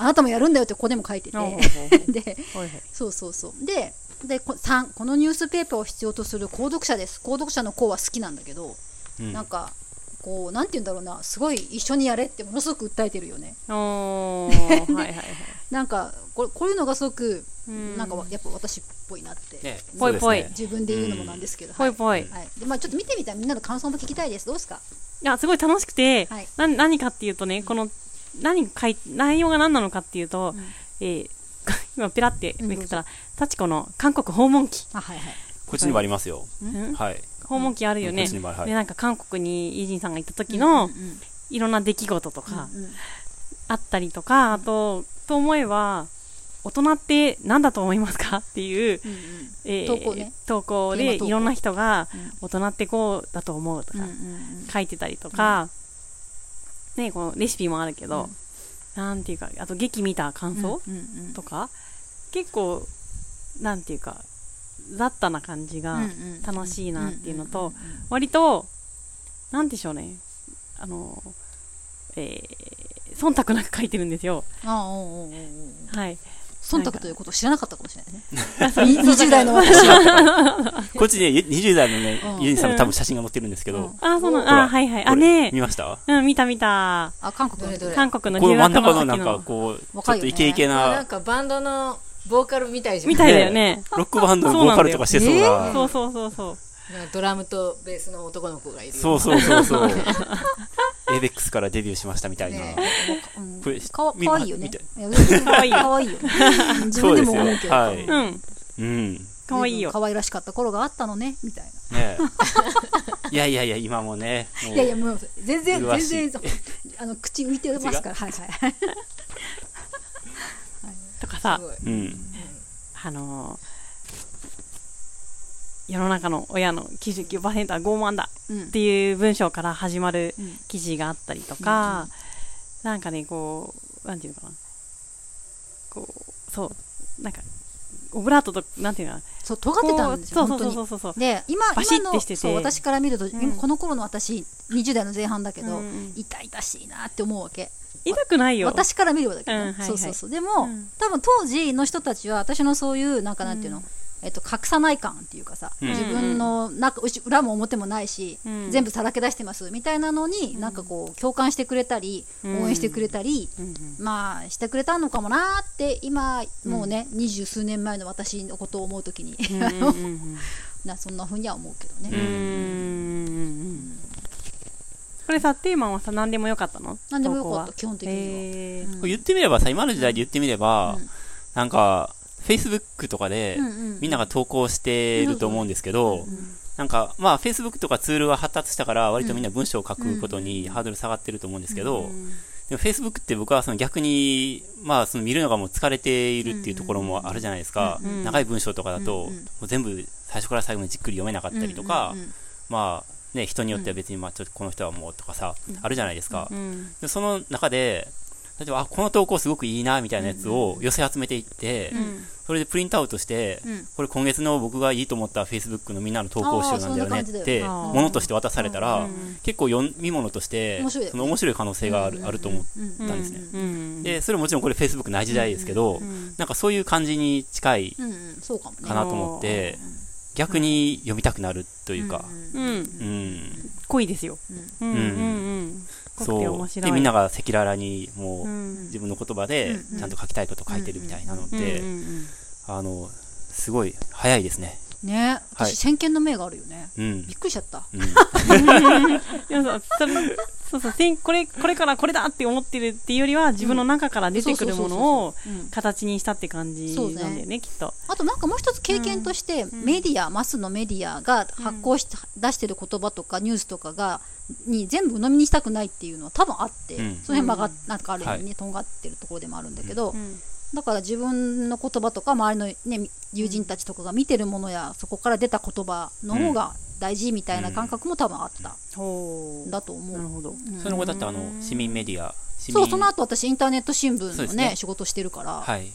Speaker 2: あなたもやるんだよってここでも書いてて
Speaker 1: ほう、ほうほうほ
Speaker 2: で、
Speaker 1: うはいはい
Speaker 2: そうそうそう。で、でこ3、このニュースペーパーを必要とする購読者です。購読者の項は好きなんだけど、
Speaker 3: うん
Speaker 2: なんか、こう、なんて言うんだろうな、すごい一緒にやれってものすごく訴えてるよね。
Speaker 1: おーはいはいはい
Speaker 2: なんかこれこういうのがすごく
Speaker 1: うん
Speaker 2: なんかわやっぱ私っぽいなって、
Speaker 3: ね
Speaker 1: ぽいぽい
Speaker 3: そうですね
Speaker 2: 自分で言うのもなんですけど、
Speaker 1: ぽいぽい
Speaker 2: はいでまあ、ちょっと見てみたらみんなの感想も聞きたいですどうですか
Speaker 1: いや、すごい楽しくて、
Speaker 2: はい
Speaker 1: な何かっていうとね、この、何かい、内容が何なのかっていうと、えー 今ペラってめくったら、幸子の韓国訪問記。
Speaker 2: あはいはい
Speaker 3: こっちにもありますよ
Speaker 1: うん
Speaker 3: はい
Speaker 1: 訪問記あるよね。
Speaker 3: こっちにもあるはい
Speaker 1: で、なんか韓国にイージンさんが行った時の、
Speaker 2: うんうん
Speaker 1: いろんな出来事とか、
Speaker 2: うんうん
Speaker 1: あったりとか、あと、と思えば、大人って何だと思いますか っていう、
Speaker 2: うん
Speaker 1: えー
Speaker 2: 投稿ね
Speaker 1: 投稿
Speaker 2: テ
Speaker 1: で
Speaker 2: ーマ投稿
Speaker 1: いろんな人が
Speaker 2: うん、
Speaker 1: 大人ってこうだと思うとか、
Speaker 2: うん
Speaker 1: 書いてたりとか、ね、このレシピもあるけど、なんていうかあと劇見た感想
Speaker 2: うんうん
Speaker 1: とか、結構なんていうか雑多な感じが
Speaker 2: うん
Speaker 1: 楽しいなっていうのと、
Speaker 2: んうんうん
Speaker 1: 割となんでしょうねあのえー、忖度なく書いてるんですよ
Speaker 2: ああおうおうおうおう
Speaker 1: はい
Speaker 2: 忖度ということを知らなかったかもしれないね
Speaker 1: あ そう
Speaker 2: に20代の私は
Speaker 3: こっちで20代のね
Speaker 2: うん、
Speaker 3: ユージさんの多分写真が載ってるんですけ
Speaker 2: う
Speaker 3: ど
Speaker 2: ん、
Speaker 1: あそうな
Speaker 3: ほ
Speaker 1: の
Speaker 3: ら
Speaker 1: あはいはい
Speaker 3: こ
Speaker 1: あ
Speaker 3: れ
Speaker 1: ね
Speaker 3: 見ました
Speaker 1: うん見た見た
Speaker 2: あ韓国の時
Speaker 4: どれどれ
Speaker 1: 韓国の
Speaker 3: こ
Speaker 1: 留
Speaker 3: の真ん
Speaker 1: 学の
Speaker 3: 中の
Speaker 1: 時
Speaker 3: なんか
Speaker 1: の
Speaker 3: こう、ちょっ
Speaker 2: 若いよね
Speaker 3: とイケイケ
Speaker 4: あなん
Speaker 3: な、
Speaker 4: かバンドのボーカルみたいじゃん
Speaker 1: みたいだよね
Speaker 3: ロックバンドのボーカルとかしてそうな、
Speaker 1: そうそうそうそう
Speaker 4: なんかドラムとベースの男の子がいる
Speaker 3: そうそうそうそう。エイベックスからデビューしましたみたいな。
Speaker 4: ね
Speaker 2: うん
Speaker 3: これ
Speaker 2: かわかわいいよね
Speaker 3: 見た
Speaker 2: いやか
Speaker 1: わいい
Speaker 2: かわいいよねうん自分でも思うけど
Speaker 3: そうです
Speaker 1: う
Speaker 3: よは
Speaker 1: ん
Speaker 3: うん。
Speaker 1: 可愛いよ
Speaker 2: 可愛らしかった頃があったのねみたいな
Speaker 3: ねえいやいやいや、今もね、もう
Speaker 2: いやいやもう全然
Speaker 3: 麗しい
Speaker 2: 全然あの口浮いてますからはいはいはい
Speaker 1: とかさ
Speaker 4: すごい
Speaker 3: うん。
Speaker 1: あのー世の中の親の99%は傲慢だ
Speaker 2: うん
Speaker 1: っていう文章から始まる
Speaker 2: うん
Speaker 1: 記事があったりとか、なんかねこうなんていうのかなこうそうなんかオブラートとなんていうのか
Speaker 2: そう尖ってたんですよ
Speaker 1: こう
Speaker 2: 本
Speaker 1: そ
Speaker 2: 当
Speaker 1: う
Speaker 2: に
Speaker 1: そうそうそうそう
Speaker 2: で今
Speaker 1: バシッ
Speaker 2: 今
Speaker 1: て
Speaker 2: の
Speaker 1: してて
Speaker 2: そう私から見ると、
Speaker 1: ん
Speaker 2: 今この頃の私20代の前半だけど、
Speaker 1: うんうん
Speaker 2: 痛々しいなって思うわけ
Speaker 1: 痛くないよ
Speaker 2: 私から見ればだけど、ね
Speaker 1: うんはいはい
Speaker 2: そうそうそうでも、
Speaker 1: うん
Speaker 2: 多分当時の人たちは私のそういうなんかなんていうの、
Speaker 1: うん
Speaker 2: えっと、隠さない感っていうかさ、
Speaker 3: うん
Speaker 2: 自分の中うち裏も表もないし、
Speaker 1: うん
Speaker 2: 全部さらけ出してますみたいなのに、なんかこう共感してくれたり、
Speaker 1: うん
Speaker 2: 応援してくれたり、
Speaker 1: うんうん
Speaker 2: まあしてくれたのかもなーって今もうね二十、数年前の私のことを思うときに、
Speaker 1: うんうんうん
Speaker 2: なそんなふうには思うけどね、
Speaker 1: うんうんうんうんこれさテーマはさ何でもよかったの
Speaker 2: 何でもよか
Speaker 1: 投稿
Speaker 2: った
Speaker 1: は
Speaker 2: 基本的に
Speaker 1: へー
Speaker 2: は、うん
Speaker 3: 言ってみればさ、今の時代で言ってみれば、
Speaker 2: うん
Speaker 3: なんか、Facebook とかで、みんなが投稿してると思うんですけど、なんか、まあ、Facebook とかツールは発達したから、割とみんな文章を書くことにハードル下がってると思うんですけど、でも Facebook って僕はその逆に、まあ、その見るのがもう疲れているっていうところもあるじゃないですか。
Speaker 1: んうん
Speaker 3: 長い文章とかだ
Speaker 2: う
Speaker 3: と、
Speaker 2: んうん
Speaker 3: もう全部最初から最後までじっくり読めなかったりとか、
Speaker 2: うんうんうん
Speaker 3: まあ、ね、人によっては別に、まあ、ちょっとこの人はもうとかさ、あるじゃないですか。
Speaker 1: うん
Speaker 3: でその中で、例えば、あ、この投稿すごくいいな、みたいなやつを寄せ集めていって、
Speaker 1: うん
Speaker 3: それでプリントアウトして、
Speaker 2: うん
Speaker 3: これ今月の僕がいいと思った Facebook のみんなの投稿集なんだよね
Speaker 2: あーそんな感じだ
Speaker 3: っ
Speaker 2: よ
Speaker 3: て、
Speaker 1: あー
Speaker 3: ものとして渡されたら、
Speaker 1: うんうん
Speaker 3: 結構読み物として、
Speaker 2: 面白いよね
Speaker 3: その面白い可能性がある,、あると思っ
Speaker 2: うん
Speaker 3: たんですね。
Speaker 1: うんうん
Speaker 3: で、それもちろんこれ Facebook ない時代ですけど、
Speaker 1: うん
Speaker 3: なんかそういう感じに近い
Speaker 2: うんうんそうかもね
Speaker 3: かなと思って、逆に読みたくなるというか、
Speaker 1: う
Speaker 2: うん
Speaker 1: ん
Speaker 3: うん。
Speaker 1: 濃いですよ。うんうんうん。濃くて
Speaker 3: そ
Speaker 1: 面
Speaker 3: う。
Speaker 1: 白
Speaker 3: で、
Speaker 1: い。
Speaker 3: みんなが赤裸々にも
Speaker 1: う
Speaker 3: う、
Speaker 1: ん
Speaker 3: 自分の言葉で
Speaker 2: うんうん
Speaker 3: ちゃんと書きたいこと書いてるみたいなので、
Speaker 1: うんうん
Speaker 3: あのすごい早いですね。
Speaker 2: ね私先見の明があるよね
Speaker 3: うん
Speaker 2: びっくりしちゃった
Speaker 3: うん
Speaker 1: いやそうそれそうそうせんこれこれからこれだって思ってるっていうよりは自分の中から出てくるものを
Speaker 2: うん
Speaker 1: 形にしたって感じなんだよねきっと。
Speaker 2: あとなんかもう一つ経験としてメディアマスのメディアが発行し出してる言葉とかニュースとかがに全部鵜呑みにしたくないっていうのは多分あって
Speaker 3: うん
Speaker 2: その辺曲がなんかある意味
Speaker 3: は
Speaker 2: ねとんがってるところでもあるんだけどだから自分の言葉とか周りの、ね、友人たちとかが見てるものやそこから出た言葉の方が大事みたいな感覚も多分あった
Speaker 1: ほ
Speaker 2: んだと思
Speaker 1: なる
Speaker 2: う。
Speaker 1: ほど。
Speaker 3: その後だってあの市民メディア、市民
Speaker 2: そうその後私インターネット新聞
Speaker 3: そうで
Speaker 2: の
Speaker 3: す
Speaker 2: ね
Speaker 3: ね
Speaker 2: 仕事してるから、
Speaker 3: はい、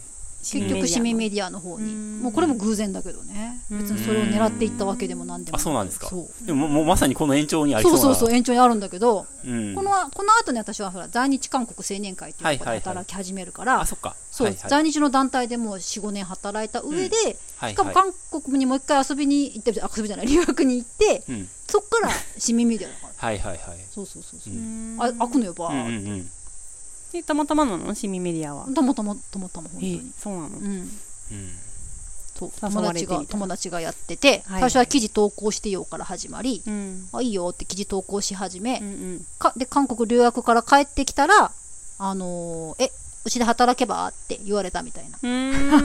Speaker 2: 結局市民メディアの方に
Speaker 1: うん
Speaker 2: もうこれも偶然だけどね別にそれを狙っていったわけでも何でも
Speaker 3: あそうなんですか
Speaker 2: そう
Speaker 3: でももうもうまさにこの延長にありそう
Speaker 2: そう
Speaker 3: な。
Speaker 2: そうそう延長にあるんだけど、
Speaker 3: うん
Speaker 2: このこの後に私はほら在日韓国青年会っていうところで働き始めるから、
Speaker 3: あそっか。
Speaker 2: そう、
Speaker 3: はいはい
Speaker 2: 在日の団体でもう45年働いた上で、
Speaker 3: はい
Speaker 2: しかも韓国にもう一回遊びに行ってあ遊びじゃない留学に行って、
Speaker 3: うん
Speaker 2: そっから市民メディアだから
Speaker 3: はいはいはい。
Speaker 2: そうそうそうそうう、
Speaker 3: ん
Speaker 2: あ開くのよば
Speaker 3: うんう
Speaker 2: ーっ
Speaker 3: んうん
Speaker 1: でたまたまなの市民メディアは
Speaker 2: て。たまたまたまたま本当
Speaker 1: え
Speaker 2: に、
Speaker 1: そうなの
Speaker 2: う。ん
Speaker 3: う
Speaker 2: そう
Speaker 1: 誘
Speaker 2: 友
Speaker 1: われてみたい
Speaker 2: 達が
Speaker 1: な
Speaker 2: 友達がやってて、
Speaker 1: はい
Speaker 2: 最初は記事投稿してよから始まり、
Speaker 1: うん
Speaker 2: あいいよって記事投稿し始め、
Speaker 1: うん
Speaker 2: かで韓国留学から帰ってきたらあのーえうちで働けばって言われたみたいな
Speaker 1: う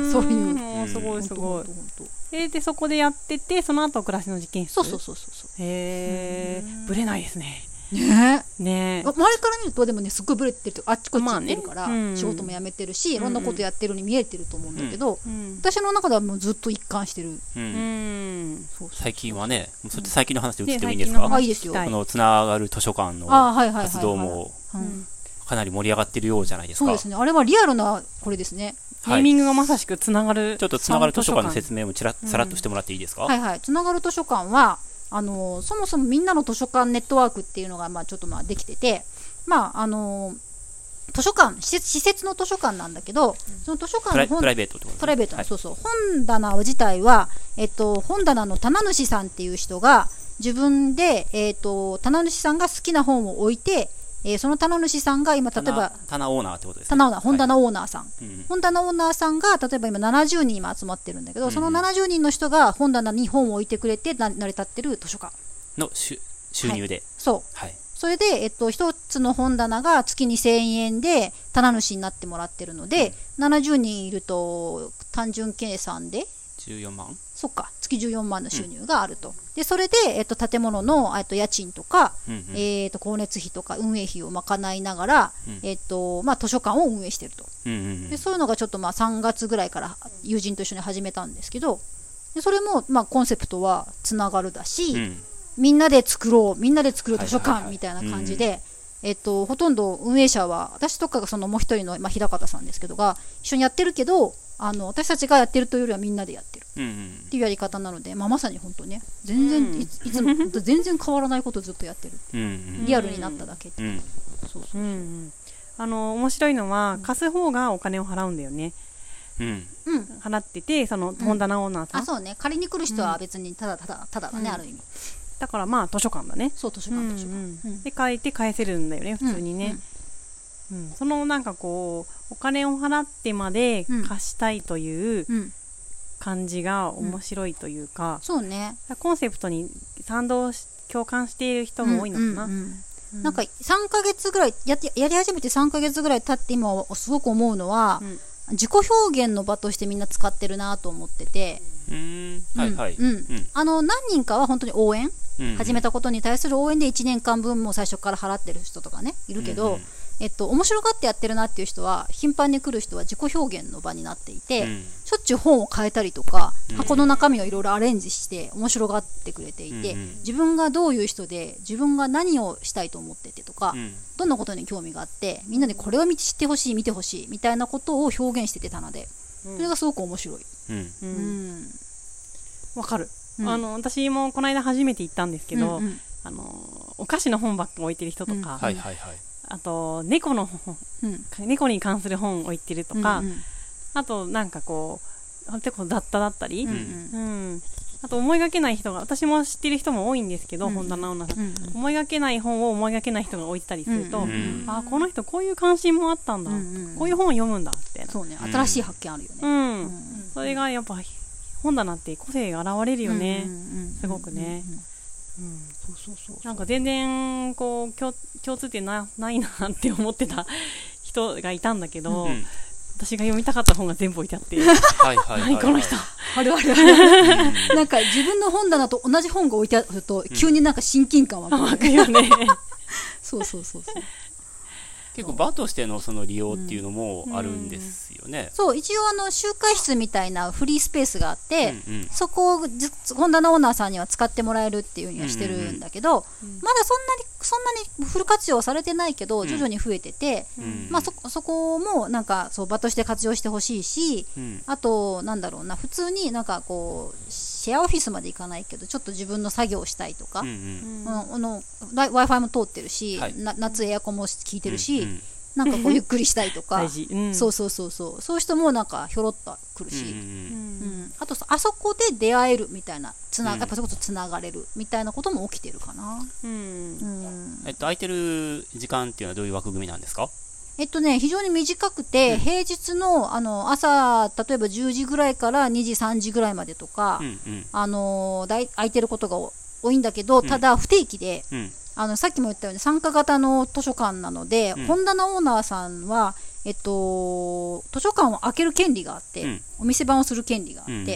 Speaker 1: ん。
Speaker 2: そういう
Speaker 1: すごいすごい
Speaker 2: ほんと。ほんとほんと
Speaker 1: えでそこでやっててその後暮らしの実験室。
Speaker 2: そうそうそうそうそ
Speaker 1: へえ、ぶれないですね。
Speaker 2: うねえ
Speaker 1: ねえ
Speaker 2: 周りから見るとでもねすっごいブレてるとあっちこっち
Speaker 1: ま
Speaker 2: 行
Speaker 1: あ
Speaker 2: っ
Speaker 1: ね
Speaker 2: てるから、
Speaker 1: うん
Speaker 2: 仕事も辞めてるしいろんなことやってるように見えてると思うんだけど、
Speaker 1: うん。
Speaker 2: 私の中ではもうずっと一貫してる
Speaker 3: ん
Speaker 1: う
Speaker 3: うん
Speaker 1: ん。
Speaker 2: そうそう
Speaker 3: 最近はね、もうそっち最近の話で移ってもいいん
Speaker 1: ね
Speaker 3: で
Speaker 1: 最近
Speaker 3: す
Speaker 1: の
Speaker 3: か。
Speaker 1: 話
Speaker 2: あいいですよ
Speaker 1: 聞きた
Speaker 3: このつながる図書館の
Speaker 2: あーはいはいはいはい
Speaker 3: 活動も
Speaker 2: うん
Speaker 1: うん
Speaker 3: かなり盛り上がってるようじゃないです
Speaker 2: そう
Speaker 3: か
Speaker 2: で。すねあれはリアルなこれですね
Speaker 1: ネーミングがまさしくつながる
Speaker 3: ちょっとつながる図書館の説明もちらさらっとしてもらっていいですか、
Speaker 2: はいはい、つながる図書館はあのそもそもみんなの図書館ネットワークっていうのが、まあ、ちょっとまあできてて、まあ、あの図書館施設施設の図書館なんだけどその図書館
Speaker 3: プラ
Speaker 2: の
Speaker 3: イプ
Speaker 2: 本
Speaker 3: ライベートってことです
Speaker 2: プライベートな、
Speaker 3: はい
Speaker 2: そうそう本棚自体は、えっと、本棚の棚主さんっていう人が自分で、えっと、棚主さんが好きな本を置いて、えーその棚主さんが今例えば
Speaker 3: 棚棚オーナーってことですね
Speaker 2: 棚オーナー本
Speaker 3: はい
Speaker 2: 棚オーナーさん、
Speaker 3: うん
Speaker 2: 本棚オーナーさんが例えば今70人今集まってるんだけど、
Speaker 3: うん
Speaker 2: その70人の人が本棚に本を置いてくれてな成り立ってる図書館
Speaker 3: の収収入で、
Speaker 2: そう
Speaker 3: はい
Speaker 2: それで、えっと、一つの本棚が月に1000円で棚主になってもらってるので、70人いると単純計算で
Speaker 3: 14万
Speaker 2: そっか月14万の収入があると、でそれで、えっと、建物のえっと家賃とか、
Speaker 3: うんうん
Speaker 2: えっと光熱費とか運営費を賄いながら、
Speaker 3: うん
Speaker 2: えっとまあ、図書館を運営してると
Speaker 3: うんうんうん
Speaker 2: でそういうのがちょっとまあ3月ぐらいから友人と一緒に始めたんですけどでそれもまあコンセプトはつながるだし、
Speaker 3: うん
Speaker 2: みんなで作ろうみんなで作る図書
Speaker 3: はいはい
Speaker 2: 館
Speaker 3: はい
Speaker 2: みたいな感じで、えっと、ほとんど運営者は私とかがそのもう一人の、まあ、平方さんですけどが一緒にやってるけどあの私たちがやってるというよりはみんなでやってる
Speaker 3: うんうん
Speaker 2: っていうやり方なので、まあ、まさに本当ね全然、
Speaker 1: うん
Speaker 2: いついつも と全然変わらないことをずっとやってる
Speaker 3: うん
Speaker 2: リアルになっただけって
Speaker 3: うんうん
Speaker 2: そう
Speaker 1: う
Speaker 2: そ
Speaker 1: ん
Speaker 2: う、
Speaker 1: うんあの面白いのは貸す方がお金を払うんだよね
Speaker 3: うん
Speaker 2: うん、
Speaker 1: 払っててその本棚オーナーさ
Speaker 2: あ
Speaker 1: ん、
Speaker 2: そうね借りに来る人は別にただただただだね、
Speaker 1: うん
Speaker 2: ある意味
Speaker 1: だからまあ図書館だね
Speaker 2: そう図書館図書館、
Speaker 1: うん
Speaker 2: うん
Speaker 1: で借りて返せるんだよね普通にね、うんそのなんかこうお金を払ってまで
Speaker 2: うん
Speaker 1: 貸したいという
Speaker 2: うん、うん
Speaker 1: 感じが面白いというか、
Speaker 2: そうね
Speaker 1: コンセプトに賛同し共感している人も多いのかな、
Speaker 2: うんうんうん
Speaker 1: うん
Speaker 2: なんか3ヶ月ぐらいやってやり始めて3ヶ月ぐらい経って今はすごく思うのは、
Speaker 1: うん
Speaker 2: 自己表現の場としてみんな使ってるなと思ってて、
Speaker 3: うんはいはい
Speaker 2: うんうんあの何人かは本当に応援、
Speaker 3: うん
Speaker 2: 始めたことに対する応援で1年間分も最初から払ってる人とかねいるけど、
Speaker 3: うん
Speaker 2: えっと、面白がってやってるなっていう人は頻繁に来る人は自己表現の場になっていて、
Speaker 3: うん
Speaker 2: しょっちゅう本を変えたりとか、
Speaker 3: うん
Speaker 2: 箱の中身をいろいろアレンジして面白がってくれていて、
Speaker 3: うんうん
Speaker 2: 自分がどういう人で自分が何をしたいと思っててとか、
Speaker 3: うん
Speaker 2: どんなことに興味があってみんなでこれを見て知ってほしい見てほしいみたいなことを表現しててたので
Speaker 1: うん
Speaker 2: それがすごく面白い。
Speaker 3: うん
Speaker 1: う
Speaker 2: うんん
Speaker 1: わかる、
Speaker 2: うん
Speaker 1: あの私もこの間初めて行ったんですけど、
Speaker 2: うんうん
Speaker 1: あのお菓子の本ばっか置いてる人とか、
Speaker 3: はいはいはい
Speaker 1: あと猫の本
Speaker 2: うん
Speaker 1: 猫に関する本置いてるとか、
Speaker 2: うんうん
Speaker 1: あとなんかこう結構雑多だったり、
Speaker 2: う
Speaker 1: うんん
Speaker 2: うん
Speaker 1: あと思いがけない人が私も知ってる人も多いんですけど、
Speaker 2: うん
Speaker 1: 本棚女さん、
Speaker 2: うん
Speaker 1: 思いがけない本を思いがけない人が置いてたりすると、
Speaker 2: うん
Speaker 1: あこの人こういう関心もあったんだ、
Speaker 2: うんうん
Speaker 1: こういう本を読むんだみたいな
Speaker 2: そうね
Speaker 3: うん
Speaker 2: 新しい発見あるよ
Speaker 1: う
Speaker 2: ね。
Speaker 1: ん、
Speaker 2: うん
Speaker 1: それがやっぱ本棚って個性が現れるよね、
Speaker 2: うんうんうん
Speaker 1: すごくね
Speaker 2: うんうん
Speaker 1: うん
Speaker 2: そうそうそうそう
Speaker 1: なんか全然こう共共通点なないなって思ってた人がいたんだけど、
Speaker 3: うん
Speaker 1: 私が読みたかった本が全部置いてあって
Speaker 3: はいはいはい
Speaker 1: 何この人
Speaker 2: あるあるある。
Speaker 3: うん
Speaker 2: なんか自分の本棚と同じ本が置いてあると急になんか親近感湧くよね、
Speaker 1: わかるよね
Speaker 2: そうそうそうそう。
Speaker 3: 結構場としてのその利用っていうのもあるんですよね
Speaker 2: そう一応あの集会室みたいなフリースペースがあって、
Speaker 3: うんうん
Speaker 2: そこをじ本棚オーナーさんには使ってもらえるっていうにはしてるんだけど、まだそんなにそんなにフル活用はされてないけど
Speaker 3: ん
Speaker 2: 徐々に増えてて、
Speaker 3: うん
Speaker 2: まあ、そそこもなんかそう場として活用してほしいし、
Speaker 3: うん
Speaker 2: あとなんだろうな普通になんかこうシェアオフィスまで行かないけどちょっと自分の作業したいとか、
Speaker 3: うんうん
Speaker 2: あのあの w i f i も通ってるし、
Speaker 3: はい
Speaker 2: な夏エアコンも効いてるし、
Speaker 3: うんうん
Speaker 2: なんかこうゆっくりしたいと か
Speaker 1: 大事、うん、
Speaker 2: そうそうそうそうそういう人もなんかひょろっと来る
Speaker 3: うんう
Speaker 2: し、
Speaker 1: うん
Speaker 2: うん
Speaker 1: ん
Speaker 2: あとさあそこで出会えるみたいなつな、
Speaker 3: うん
Speaker 2: やっぱそれこそつながれるみたいなことも起きてるかな、
Speaker 1: うん
Speaker 2: うん
Speaker 3: えっと空いてる時間っていうのはどういう枠組みなんですか
Speaker 2: えっとね非常に短くて、
Speaker 3: うん
Speaker 2: 平日のあの朝例えば10時ぐらいから2時3時ぐらいまでとか、
Speaker 3: うんうん
Speaker 2: あのだい空いてることがお多いんだけど
Speaker 3: ん
Speaker 2: ただ不定期で、
Speaker 3: うん
Speaker 2: あのさっきも言ったように参加型の図書館なので、
Speaker 3: うん
Speaker 2: 本棚オーナーさんは、えっと、図書館を開ける権利があって、
Speaker 3: うん
Speaker 2: お店番をする権利があって、
Speaker 3: うん
Speaker 2: え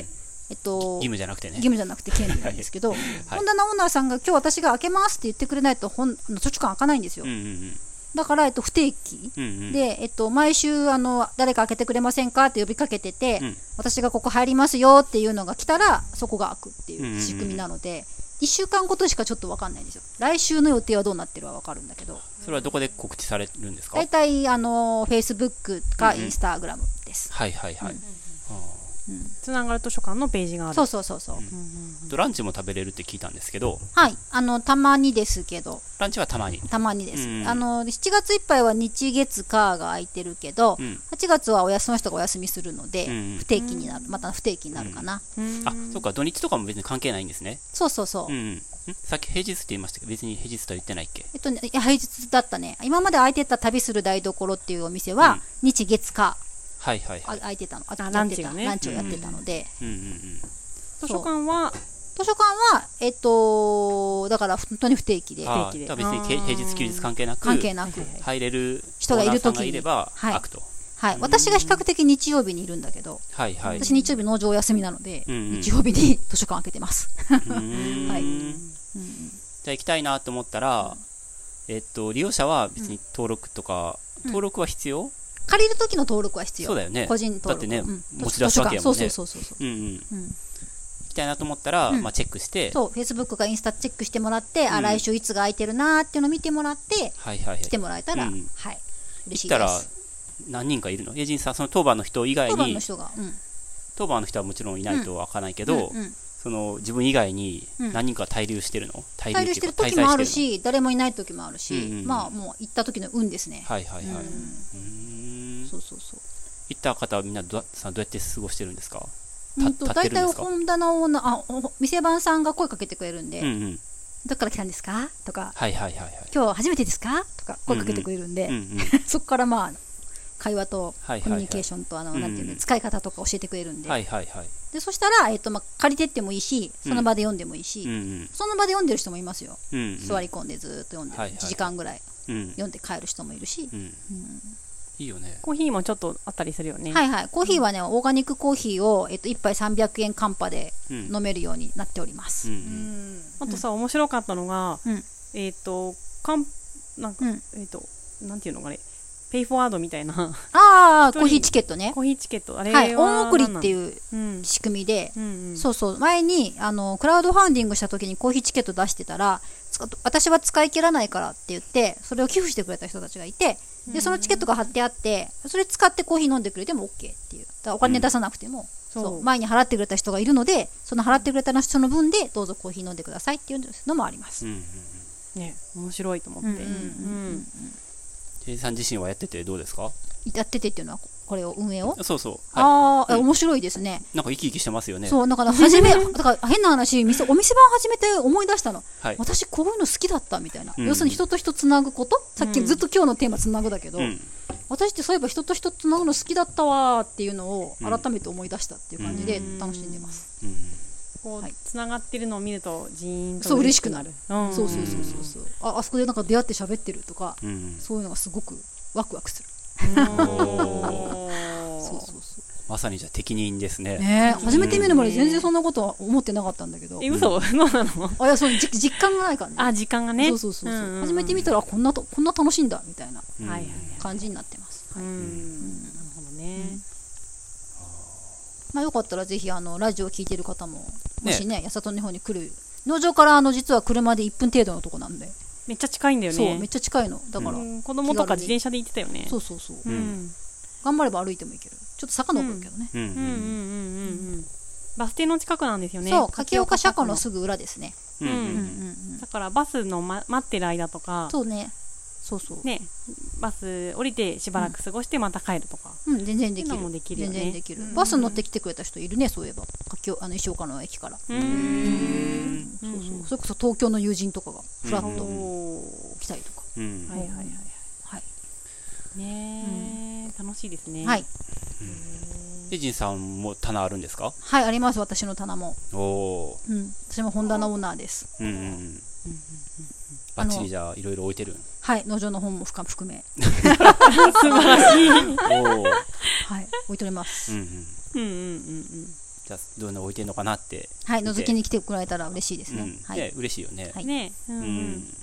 Speaker 2: っと
Speaker 3: 義務じゃなくてね
Speaker 2: 義務じゃなくて権利なんですけ ど、本棚オーナーさんが今日私が開けますって言ってくれないと本あの図書館開かないんですよ、
Speaker 3: うんうん
Speaker 2: だから、えっと、不定期、
Speaker 3: うんうんうん
Speaker 2: で、えっと、毎週あの誰か開けてくれませんかって呼びかけてて、
Speaker 3: うん
Speaker 2: 私がここ入りますよっていうのが来たらそこが開くって
Speaker 3: んうんう
Speaker 2: いうん仕組みなので、1週間ごとしかちょっと分かんないんですよ来週の予定はどうなってるは分かるんだけど
Speaker 3: それはどこで告知されるんですか
Speaker 2: 大体あのフェイスブックか
Speaker 3: うんうん
Speaker 2: インスタグラムです、です。
Speaker 3: はいはいは
Speaker 2: う
Speaker 3: い。
Speaker 2: ん
Speaker 3: あ
Speaker 2: うん
Speaker 1: つながる図書館のページがある
Speaker 2: そうそうそうそう。
Speaker 1: うんうん
Speaker 3: ーとランチも食べれるって聞いたんですけど、
Speaker 2: はい、あのたまにですけど、
Speaker 3: ランチはたまに。
Speaker 2: たまにです。
Speaker 3: うん
Speaker 2: あの7月いっぱいは日月火が空いてるけど
Speaker 3: う、ん。
Speaker 2: 8月はお休みの人がお休みするので、
Speaker 3: うん
Speaker 2: 不定期になる、また不定期になるかな。
Speaker 1: うんうん
Speaker 3: あ、そっか、土日とかも別に関係ないんですね。
Speaker 2: そうそうそう。
Speaker 3: うんうん。んさっき平日って言いましたけど、別に平日とは言ってないっけ
Speaker 2: えっとね、いや平日だったね。今まで空いてた旅する台所っていうお店は、日月火
Speaker 3: はいはい
Speaker 2: あ
Speaker 3: はい。
Speaker 2: 空いてたの。あ
Speaker 1: あ
Speaker 2: やってた
Speaker 1: ランチがね
Speaker 2: ランチをやってたので、
Speaker 3: うんうんうん。
Speaker 1: 図書館は
Speaker 2: 図書館は、えっと、だから本当に不定期で、
Speaker 3: ああ、
Speaker 1: 定期で
Speaker 3: だから別にけ
Speaker 1: あー
Speaker 3: 平日休日関係なく、
Speaker 2: 関係なく。
Speaker 3: 入れる
Speaker 2: 人がいる
Speaker 3: と
Speaker 2: 時に
Speaker 3: がいれば、
Speaker 2: はい
Speaker 3: 開くと。
Speaker 2: はい。私が比較的日曜日にいるんだけど、
Speaker 3: はいはい。
Speaker 2: 私日曜日農場お休みなので、
Speaker 3: うんうん
Speaker 2: 日曜日に図書館開けてます。
Speaker 3: うーん
Speaker 2: はい
Speaker 3: じゃあ行きたいなと思ったら、えっと、利用者は別に登録とか、登録は必要
Speaker 2: 借りる時の登録は必要。
Speaker 3: そうだよね
Speaker 2: 個人登録。
Speaker 3: だってね
Speaker 2: うん
Speaker 3: 持ち出すわけやもんね
Speaker 2: 図書館そうそうそうそう。
Speaker 3: うんうん。行
Speaker 2: うん
Speaker 3: きたいなと思ったら、
Speaker 2: うん
Speaker 3: まあチェックして、
Speaker 2: そう、Facebook かインスタチェックしてもらって、
Speaker 3: う
Speaker 2: あ、
Speaker 3: ん
Speaker 2: 来週いつが空いてるなーっていうのを見てもらって、
Speaker 3: はいはいはい。
Speaker 2: 来てもらえたら、
Speaker 3: うん
Speaker 2: はい、嬉し
Speaker 3: 行
Speaker 2: いで
Speaker 3: ったら
Speaker 2: す。、
Speaker 3: 何人かいるのエージンさん、その当番の人以外
Speaker 2: 当番
Speaker 3: に
Speaker 2: の、人が、うん、
Speaker 3: 当番の人はもちろんいないと開かないけど、
Speaker 2: うんうん
Speaker 3: その自分以外に
Speaker 2: うん
Speaker 3: 何人か滞留してるの滞
Speaker 2: 滞
Speaker 3: 留
Speaker 2: 留
Speaker 3: っ
Speaker 2: してて
Speaker 3: いう
Speaker 2: る
Speaker 3: か滞在
Speaker 2: 時もある
Speaker 3: して
Speaker 2: し、誰もいない時もあるし、
Speaker 3: うんうん
Speaker 2: まあもう行った時の運ですね。
Speaker 3: のはいはいはい。うーん
Speaker 2: そうそうそう。
Speaker 3: 行った方はみんなどうさどうやって過ごしてるんですか
Speaker 2: う
Speaker 3: た
Speaker 2: んと
Speaker 3: 立っ
Speaker 2: 大
Speaker 3: てるん
Speaker 2: 体
Speaker 3: ですか
Speaker 2: 本棚をなあお店番さんが声かけてくれるんで、
Speaker 3: うんうん。
Speaker 2: どっから来たんですかとか、
Speaker 3: はいはいはいはい。
Speaker 2: 今日初めてですかとか声かけてくれるんで、
Speaker 3: うんうん。
Speaker 2: そこからまあ会話と
Speaker 3: はいはいはい
Speaker 2: コミュニケーションとあの
Speaker 3: うんうん
Speaker 2: なんていうの使い方とか教えてくれるんで、
Speaker 3: はいはいはい。
Speaker 2: でそしたらえっとまあ借りてってもいいし、その場で読んでもいいし、
Speaker 3: うんうん
Speaker 2: その場で読んでる人もいますよ。
Speaker 3: うんうん。
Speaker 2: 座り込んでずーっと読んで、
Speaker 3: はいはい
Speaker 2: 1時間ぐらい
Speaker 3: うん。
Speaker 2: 読んで帰る人もいるし、
Speaker 3: うん。いいよね。
Speaker 1: コーヒーもちょっとあったりするよね
Speaker 2: はいはい、コーヒーはね、オーガニックコーヒーを、えっと、1杯300円カンパで
Speaker 3: うん。
Speaker 2: 飲めるようになっております。
Speaker 3: う
Speaker 2: うん
Speaker 3: うん。
Speaker 4: うんん
Speaker 1: あとさ面白かったのが
Speaker 2: うん
Speaker 1: えっとかんなんか
Speaker 2: ん
Speaker 1: えっとなんていうのかねペイフォワードみたいな
Speaker 2: ああ、
Speaker 1: 一人
Speaker 2: コーヒーチケットね
Speaker 1: コ。ーヒーチケットあれは
Speaker 2: はい、恩送りっていううん仕組みで、
Speaker 1: うんうん
Speaker 2: そうそう、前にあのクラウドファンディングした時にコーヒーチケット出してたら、つか私は使い切らないからって言って、それを寄付してくれた人たちがいて、でそのチケットが貼ってあって、それ使ってコーヒー飲んでくれても OK っていう、だからお金出さなくても、
Speaker 1: そう
Speaker 2: そう前に払ってくれた人がいるのでその払ってくれた人の分でどうぞコーヒー飲んでくださいっていうのもあります、
Speaker 3: うんうんうん。
Speaker 1: ね面白いと思って
Speaker 2: うんうんうん
Speaker 1: うん
Speaker 3: ジェイさん自身はやっててどうですか
Speaker 2: やっててっていうのはここれを運営を、
Speaker 3: そうそう。は
Speaker 2: ああ、
Speaker 3: うん
Speaker 2: 面白いですね
Speaker 3: い。なんか生き生きしてますよね。
Speaker 2: そうだから初め だから変な話店お店番始めて思い出したの
Speaker 3: はい。
Speaker 2: 私こういうの好きだったみたいな、
Speaker 3: うん
Speaker 2: 要するに人と人つなぐことさっき
Speaker 1: うん
Speaker 2: ずっと今日のテーマつなぐだけど、
Speaker 3: うん。
Speaker 2: 私ってそういえば人と人つなぐの好きだったわーっていうのを
Speaker 3: うん
Speaker 2: 改めて思い出したっていう感じで
Speaker 1: うん
Speaker 2: 楽しんでます、
Speaker 3: うん
Speaker 1: こう
Speaker 2: はい
Speaker 1: つながってるのを見るとジーンと
Speaker 2: そう嬉しくな
Speaker 1: う
Speaker 2: る
Speaker 1: ん
Speaker 2: そうそうそうそうそうああそこでなんか出会って喋ってるとか
Speaker 3: うんうん。
Speaker 2: そういうのがすごくワクワクする。
Speaker 1: おー
Speaker 2: そうそうそ
Speaker 3: まさにじゃあ適任ですね。
Speaker 2: う。ねえ、初めて見るまで全然そんなことは思ってなかったんだけど。
Speaker 1: え嘘そうなの
Speaker 2: あ、い や、そう、じ実感がないからね。
Speaker 1: あ時間がね
Speaker 2: そうそうそうそう。
Speaker 1: んんん
Speaker 2: 初めて見たら、こんなと、こんな楽しいんだみたいな
Speaker 3: うん
Speaker 1: はいはい
Speaker 2: 感じになってます。
Speaker 1: は
Speaker 2: はいい。
Speaker 1: うんなるほどね
Speaker 2: まあ、よかったら、ぜひ、あの、ラジオを聞いてる方も、もしね、八里の方に来る。農場から、あの、実は車で1分程度のとこなんで。
Speaker 1: めっちゃ近いんだよね
Speaker 2: そう、めっちゃ近いの。だから。
Speaker 1: うん子供とか自転車で行ってたよね
Speaker 2: そうそうそう。
Speaker 1: うん
Speaker 2: 頑張れば歩いてもいける。ちょっと坂登るけどね。
Speaker 3: うんう
Speaker 1: うんうんうん
Speaker 3: ん
Speaker 1: うんうんバス停の近くなんですよね
Speaker 2: そう、柿岡車庫のすぐ裏ですね。
Speaker 3: うんうん
Speaker 1: う
Speaker 2: うんんうんうん
Speaker 1: だ。からバスの、ま、待ってる間とか
Speaker 2: そうね。そうそう。
Speaker 1: ねバス降りてしばらく過ごしてまた帰るとか、
Speaker 2: うん、全然でき
Speaker 1: そう
Speaker 2: る
Speaker 1: いうのもできるよね
Speaker 2: 全然できる、
Speaker 1: うん
Speaker 2: バス乗ってきてくれた人いるねそういえばあ今日あの石岡の駅から、
Speaker 1: うーん
Speaker 2: そううんそううんそれこそ東京の友人とかがふらっ
Speaker 3: う
Speaker 2: と
Speaker 3: ん
Speaker 2: 来たりとか、
Speaker 3: うん
Speaker 1: はいはいはい
Speaker 2: はい、
Speaker 1: ねえ、楽しいですね
Speaker 2: はい、
Speaker 3: エージンさんも棚あるんですか
Speaker 2: はい、あります私の棚も、
Speaker 3: おお
Speaker 2: うん、私も本棚オーナーです
Speaker 3: ー。うんうんうん。バッチリじゃあいろいろ置いてる。
Speaker 2: はい農場の本も含含め、
Speaker 1: 素晴らしい
Speaker 3: おおー。
Speaker 2: はい、置いておりま す、
Speaker 3: うんう
Speaker 1: う
Speaker 3: ん。
Speaker 1: んうんうん
Speaker 3: じゃあどんな置いてるのかなって。
Speaker 2: はい覗きに来てもらえたら嬉しいですね、
Speaker 3: うん
Speaker 2: はい、
Speaker 3: ね嬉しいよね
Speaker 2: は。
Speaker 1: う
Speaker 2: い
Speaker 1: んねえ、う
Speaker 3: うん
Speaker 1: うん
Speaker 3: ん。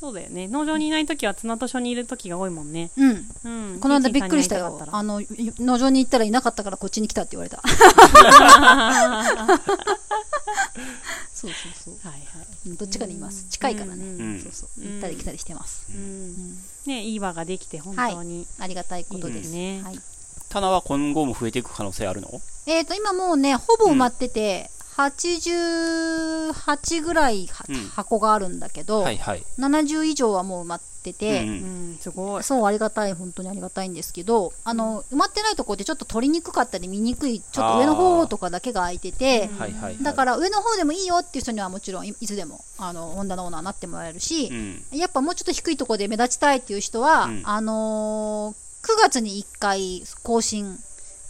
Speaker 1: そうだよね農場にいない時は綱図書にいる時が多いもんね、
Speaker 2: うん、
Speaker 1: うん、
Speaker 2: この間びっくりした
Speaker 1: ケン
Speaker 2: よ
Speaker 1: ケンさんに会いたか
Speaker 2: あ
Speaker 1: っ
Speaker 2: の農場に行ったらいなかったからこっちに来たって言わ れたそうそうそう
Speaker 1: たらはいはい
Speaker 2: うんどっちかにいます近いからね、
Speaker 1: うん
Speaker 3: うん
Speaker 2: そうそう
Speaker 1: うん
Speaker 2: 行ったり来たりしてます、
Speaker 1: う
Speaker 2: うんん
Speaker 1: ねいい場ができて本当に、
Speaker 2: ありがたいことです
Speaker 1: いいですね
Speaker 2: はい
Speaker 3: 棚は今後も増えていく可能性あるの
Speaker 2: えっ、と、今もうね、ほぼ埋まってて、88ぐらいは、
Speaker 3: うん
Speaker 2: 箱があるんだけど、
Speaker 3: はいはい。
Speaker 2: 70以上はもう埋まってて、
Speaker 3: うんう
Speaker 1: うんん、すごい。
Speaker 2: そうありがたい本当にありがたいんですけどあの埋まってないとこってちょっと取りにくかったり見にくいちょっと上の方とかだけが空いてて
Speaker 1: うん
Speaker 3: はいはいはい。
Speaker 2: だから上の方でもいいよっていう人にはもちろんいいつでもあの女のオーナーになってもらえるし
Speaker 3: う、ん。
Speaker 2: やっぱもうちょっと低いところで目立ちたいっていう人は、
Speaker 3: うん
Speaker 2: あのー9月に1回更新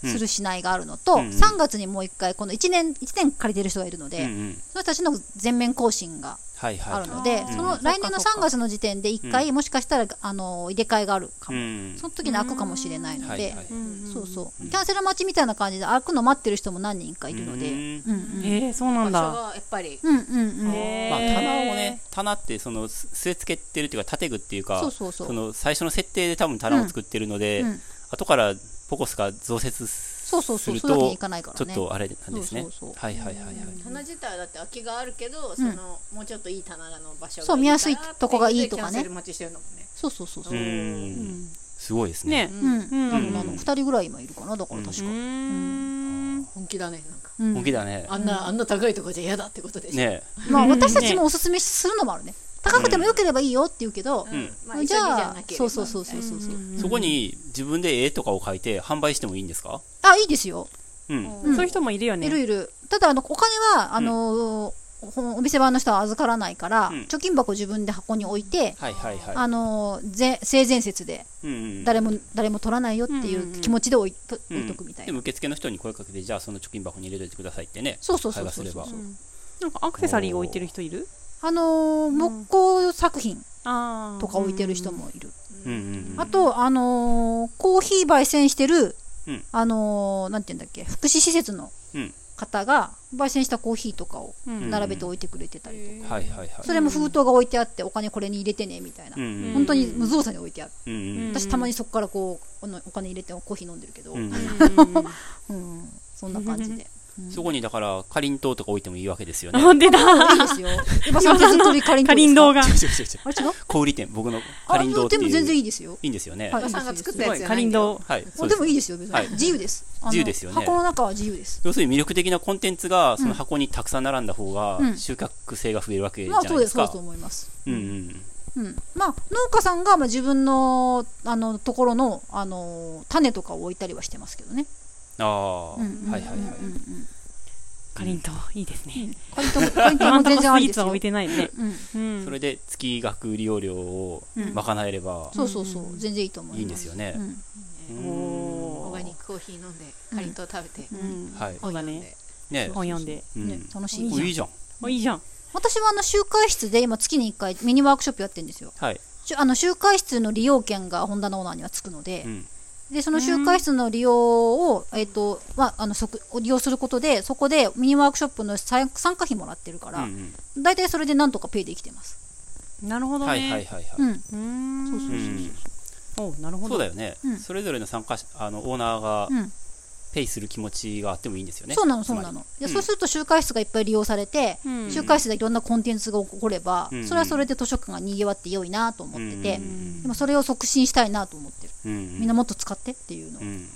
Speaker 2: するしないがあるのと、
Speaker 3: うんうん
Speaker 2: 3月にもう1回この1年1年借りてる人がいるので、
Speaker 3: うんうん。
Speaker 2: その人たちの全面更新が
Speaker 3: はいはい
Speaker 2: あ
Speaker 3: は
Speaker 2: る
Speaker 3: い。
Speaker 2: ので、
Speaker 1: あー
Speaker 2: その
Speaker 1: うん
Speaker 2: 来年の
Speaker 1: そっかそっ
Speaker 2: 3
Speaker 1: か
Speaker 2: 月の時点で1回、もしかしたら、あのー入れ替えがあるか
Speaker 3: う
Speaker 2: も、
Speaker 3: ん。
Speaker 2: その時に開くかもしれないの
Speaker 3: はい
Speaker 2: で
Speaker 3: は、い。
Speaker 2: そうそ
Speaker 3: うん
Speaker 2: う、キャンセル待ちみたいな感じで開くの待ってる人も何人かいるので、
Speaker 3: う
Speaker 2: うんん
Speaker 1: う。
Speaker 2: うんん
Speaker 1: えー、そうなんだ。
Speaker 4: 場所がやっぱり
Speaker 2: うんうんうん
Speaker 1: へー
Speaker 3: まあ、棚をね、棚ってそのす据え付けてるっていうか、建具っていうか、
Speaker 2: そうそうそう
Speaker 3: その最初の設定で多分棚を作ってるので、
Speaker 2: うん
Speaker 3: 後からポコスが増設す
Speaker 2: そうそうそう、
Speaker 3: る
Speaker 2: そういうわけに
Speaker 3: と
Speaker 2: い、かないか
Speaker 3: ちょ
Speaker 2: ら
Speaker 3: っ
Speaker 2: ね。
Speaker 3: とあれなんですね
Speaker 2: そうそうそう。
Speaker 3: はいはいはいはい。
Speaker 4: 棚自体はだって空きがあるけど、そのもうちょっといい棚の場所が
Speaker 2: そう見やすい
Speaker 4: から
Speaker 2: とこがいいとかね
Speaker 4: キャンセル待ちしてるのもね
Speaker 2: そうそうそうそうう。
Speaker 3: ー。
Speaker 1: うんん
Speaker 3: すごいですね。
Speaker 1: ね。
Speaker 2: うん、
Speaker 1: うん
Speaker 2: なのなの、二人ぐらい今いるかな、だから
Speaker 1: う
Speaker 2: 確か。
Speaker 1: ん。
Speaker 4: 本気だねなんか
Speaker 2: うん
Speaker 3: 本気だね。
Speaker 4: あんな、あんな高いとこじゃ嫌だってことでしょ、
Speaker 3: ね
Speaker 2: まあ、
Speaker 1: うん
Speaker 2: 私たちもおすすめするのもあるね。高くても良ければいいよって言うけど
Speaker 4: う、んまあ、
Speaker 2: じ
Speaker 4: じゃ
Speaker 2: ゃあ
Speaker 4: あ、
Speaker 2: そうそうそうそうそうそう。
Speaker 3: そこに自分で絵とかを描いて販売してもいいんですか
Speaker 2: あ、いいですよ。
Speaker 3: うん。
Speaker 1: そういう人もいるよね。
Speaker 2: いるいる。ただ、あの、お金は、あのー、ほんお店番の人は預からないから
Speaker 3: うん、
Speaker 2: 貯金箱自分で箱に置いて、
Speaker 3: はいはいはい。
Speaker 2: あのー、ぜ性善説で、
Speaker 3: うんうん
Speaker 2: 誰も、誰も取らないよってい
Speaker 1: んうんう
Speaker 2: うん気持ちで置いと
Speaker 3: うん
Speaker 2: 置いとくみたい
Speaker 3: で
Speaker 2: な。
Speaker 3: も受付の人に声かけて、じゃあその貯金箱に入れといてくださいってね。
Speaker 2: そうそうそう
Speaker 3: 会話
Speaker 2: そ
Speaker 3: す
Speaker 2: う
Speaker 3: れ
Speaker 2: そ
Speaker 3: ば
Speaker 2: う。
Speaker 1: なんかアクセサリー置いてる人いる？
Speaker 2: あのー、木工作品
Speaker 1: ああ。
Speaker 2: とか置いてる人。もいる。
Speaker 3: うんうん
Speaker 2: あと、あのーコーヒー焙煎してる、
Speaker 3: うん
Speaker 2: あのーなんて言うんだっけ、福祉施設の
Speaker 3: うん
Speaker 2: 方が、焙煎したコーヒーとかを
Speaker 1: うん
Speaker 2: 並べて置いてくれてたりとか、
Speaker 3: うん。はいはいはい。
Speaker 2: それも封筒が置いてあって、お金これに入れてね、みたいな。
Speaker 3: うんうん
Speaker 2: 本当に無造作に置いてある。
Speaker 3: うんうん。
Speaker 2: 私、たまにそこからこう、あのお金入れてコーヒー飲んでるけど、
Speaker 3: う
Speaker 2: うんん、
Speaker 1: う
Speaker 2: そんな感じで。
Speaker 3: そこにだから、かりんとうとか置いてもいいわけですよね。
Speaker 1: ん。出た。
Speaker 2: いい ですよ。やっぱその手作りかりんと
Speaker 1: か
Speaker 2: うで
Speaker 1: りん
Speaker 2: す
Speaker 1: ど
Speaker 2: か
Speaker 1: うが。
Speaker 3: 違う違う違う。
Speaker 2: あれ違う
Speaker 3: 小売店、僕のか
Speaker 2: あ
Speaker 3: りんとうって
Speaker 2: で
Speaker 3: いう。
Speaker 2: も全然いいですよ。
Speaker 3: いいんですよね。
Speaker 2: は
Speaker 3: はいい。
Speaker 4: おばさんが作った
Speaker 1: す
Speaker 4: や
Speaker 1: ご
Speaker 4: つ
Speaker 1: い
Speaker 4: じゃ
Speaker 1: か
Speaker 4: ない
Speaker 1: りん
Speaker 4: んだよ
Speaker 1: ど
Speaker 3: そう
Speaker 2: でもいい
Speaker 3: い。
Speaker 2: ですよ、別に。
Speaker 3: はい
Speaker 2: 自由です。あの
Speaker 3: 自由ですよね
Speaker 2: 箱の中は自由です。
Speaker 3: 要するに魅力的なコンテンツが、その箱にたくさん並んだ方が
Speaker 2: う、ん
Speaker 3: 収穫性が増えるわけじゃ
Speaker 2: まあ、
Speaker 3: な
Speaker 2: そ
Speaker 3: いうで
Speaker 2: ですす、そうだ
Speaker 3: か
Speaker 2: と。思います。
Speaker 3: うんうん。
Speaker 2: うん、まあ農家さんがまあ自分のあのところのあの種とかを置いたりはしてますけどね。
Speaker 3: ああ、は
Speaker 2: う
Speaker 3: い
Speaker 2: んうんうん
Speaker 3: はいはい。
Speaker 2: うんうん。
Speaker 1: かりんとういいですね。
Speaker 2: カリントもカリント
Speaker 1: 今
Speaker 2: も
Speaker 1: んと
Speaker 2: 全
Speaker 1: こスイーツ
Speaker 2: 然ありです
Speaker 1: は
Speaker 2: よ
Speaker 1: 置い。てないね。
Speaker 2: うん。
Speaker 1: うん。
Speaker 3: それで月額利用料を賄えれば
Speaker 2: そうそうそう、全然いいと思います。
Speaker 3: いいんですよね
Speaker 2: う。ん。
Speaker 4: オ
Speaker 1: オ
Speaker 4: ーガニックコーヒー飲んでかりんとう食べて、
Speaker 1: うん。
Speaker 3: はい
Speaker 1: そうだ
Speaker 4: 飲ん
Speaker 1: ね。
Speaker 4: で
Speaker 3: ね
Speaker 1: 本読んで。
Speaker 3: うん
Speaker 2: ね楽しい。
Speaker 3: おいいじゃん。
Speaker 1: おいいじゃん。
Speaker 2: 私はあの集会室で今月に一回ミニワークショップやってるんですよ。
Speaker 3: はい。
Speaker 2: しあの集会室の利用券がホンダのオーナーにはつくので
Speaker 3: う、ん。
Speaker 2: でその集会室の利用を、えっ、とまああの即利用することでそこでミニワークショップの参参加費もらってるか
Speaker 3: うん
Speaker 2: ら、大体それでなんとかペイできてます。
Speaker 1: なるほ
Speaker 3: うん
Speaker 1: ど
Speaker 3: はいはいはい
Speaker 1: ね。
Speaker 3: はい。
Speaker 2: うん。
Speaker 1: うーん。
Speaker 2: そうそう
Speaker 3: う
Speaker 2: そ
Speaker 1: お
Speaker 3: ん
Speaker 1: なるほど。
Speaker 3: そうだよね
Speaker 2: うん。
Speaker 3: それぞれの参加者、あの、オーナーが
Speaker 2: うん。
Speaker 3: ペイする気持ちがあってもいいんですよね。
Speaker 2: そうなの、そうなの。で、そうすると集会室がいっぱい利用されて、
Speaker 1: うん
Speaker 2: 集会室でいろんなコンテンツが起これば、
Speaker 3: うん
Speaker 2: それはそれで図書館が賑わって良いなと思
Speaker 3: う
Speaker 2: っ
Speaker 3: ん
Speaker 2: てて、
Speaker 3: うん
Speaker 2: でもそれを促進したいなと思ってる。
Speaker 3: うん
Speaker 2: みんなもっと使ってっていうの。
Speaker 3: うん。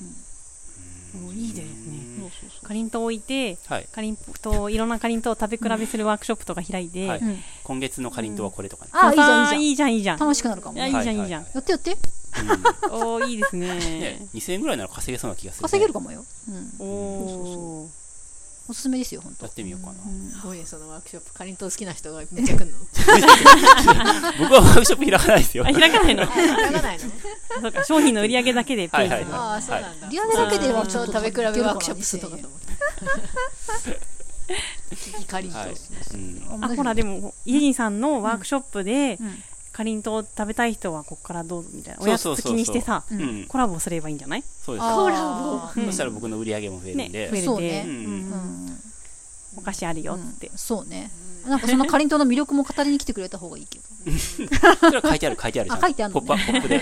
Speaker 1: おいいですね。
Speaker 2: そうそうそ。
Speaker 1: かりんとう置いて。
Speaker 3: はい。
Speaker 1: かりんとういろんなかりんとうを食べ比べするワークショップとか開いて、
Speaker 3: はいう
Speaker 2: うん、
Speaker 3: 今月のかりんとうはこれとかね。
Speaker 2: ああ、いいじゃん、いいじゃん。
Speaker 1: いいじゃんいいじゃんいいじゃん
Speaker 2: 楽しくなるかも。
Speaker 1: いや
Speaker 2: や
Speaker 1: いいじゃんいいじゃん
Speaker 3: は
Speaker 2: ってやって。
Speaker 3: いはいはい
Speaker 1: おーいいです
Speaker 3: うんね
Speaker 1: ね
Speaker 3: 2000円ぐらいなら稼げそうな気がするね。
Speaker 2: 稼げるかもよ。うん。
Speaker 1: おおー
Speaker 2: おすすめですよ、本当
Speaker 3: やってみようかな。
Speaker 4: すごいねそのワークショップかりんとう好きな人がめっちゃ来 るの
Speaker 3: 僕はワークショップ開かないですよ。
Speaker 1: あ開かないの
Speaker 4: 知らないの
Speaker 1: そうか商品の売り上げだけでペイ
Speaker 3: は
Speaker 1: す
Speaker 3: いはい
Speaker 1: る
Speaker 3: はい
Speaker 4: ああそうなんだ
Speaker 2: リアルだ けではち
Speaker 4: ち
Speaker 2: ょ
Speaker 4: ょ
Speaker 2: っ
Speaker 4: っ
Speaker 2: と
Speaker 4: と食べ比べワークショップするとかと思ったかりんとう
Speaker 3: はいうん
Speaker 2: 思
Speaker 1: あほらでもイジンさんのワークショップで、
Speaker 2: うん
Speaker 1: かりんとう食べたい人はここからどうぞみたいなお
Speaker 3: そう
Speaker 1: やつ
Speaker 3: そうそう
Speaker 1: 付
Speaker 3: そう
Speaker 1: きにしてさ
Speaker 2: うん
Speaker 3: うん。
Speaker 1: コラボすればいいんじゃない
Speaker 3: そうです。
Speaker 2: コ
Speaker 4: ラ
Speaker 3: そしたら僕の売り上げも増える
Speaker 1: ね
Speaker 3: ん
Speaker 1: 増
Speaker 3: で
Speaker 1: える。で
Speaker 2: そう
Speaker 3: う
Speaker 2: ね
Speaker 3: ん
Speaker 2: ボ。うん。
Speaker 1: お菓子あるよっつって、
Speaker 2: そうね。なんかそのかりんとうの魅力も語りに来てくれた方がいいけど。
Speaker 3: それは書いてある、書いてあるじゃん。
Speaker 2: あ書いてあるのね
Speaker 3: ポップアップで。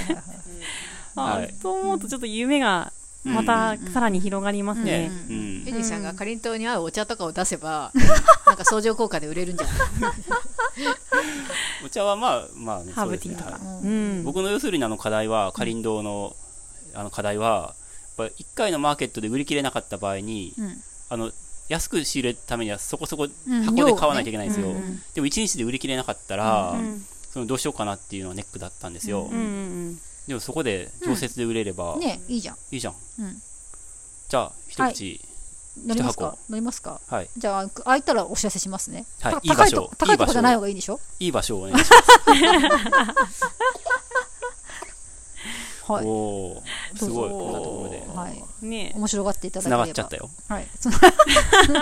Speaker 1: あ
Speaker 3: はい
Speaker 1: と思うとちょっと夢がまたさらに広がりますね、
Speaker 3: ね。うん
Speaker 4: エ。リーさんがかりんとうに合うお茶とかを出せば、なんか相乗効果で売れるんじゃない
Speaker 3: お茶はまあ、まあね、
Speaker 1: ハー
Speaker 3: そう
Speaker 1: ブ
Speaker 3: で
Speaker 1: テ
Speaker 3: す
Speaker 1: ィ
Speaker 3: ね
Speaker 1: ーとか
Speaker 3: は
Speaker 1: う
Speaker 3: い
Speaker 1: ん
Speaker 3: 僕の要するにあの課題は、かりんどうの、あの課題は、ぱ1回のマーケットで売り切れなかった場合に、
Speaker 2: うん
Speaker 3: あの安く仕入れるためにはそこそこ
Speaker 2: うん
Speaker 3: 箱で買わなきゃいけないんですよ、
Speaker 1: 量をねうんうん
Speaker 3: でも1日で売り切れなかったら、
Speaker 1: うん
Speaker 3: そのどうしようかなっていうのはネックだったんですよ、
Speaker 1: うんうん
Speaker 3: でもそこで常設で売れれば
Speaker 2: ねいいじゃん。
Speaker 3: いいじゃん、
Speaker 2: うん
Speaker 3: じゃあ一口
Speaker 2: 乗ります
Speaker 3: 一
Speaker 2: か
Speaker 3: 箱
Speaker 2: 乗りますか
Speaker 3: はい、
Speaker 2: じゃあ、空いたらお知らせしますね。
Speaker 3: はい
Speaker 2: た
Speaker 3: いい
Speaker 2: 高
Speaker 3: 場
Speaker 2: いと
Speaker 3: 所
Speaker 2: こ高いと
Speaker 3: いい場
Speaker 2: こ
Speaker 3: 所
Speaker 2: じゃない方がいいんでしょ
Speaker 3: いい場所をお願いします
Speaker 2: はい。
Speaker 3: おおすご
Speaker 2: ど
Speaker 3: い
Speaker 2: うぞ
Speaker 3: こんなところで
Speaker 2: はい。
Speaker 1: うんね
Speaker 2: 面白がっていただけ
Speaker 3: つ
Speaker 2: れ
Speaker 3: な
Speaker 2: ば。
Speaker 3: がっちゃったよ
Speaker 2: はい。つ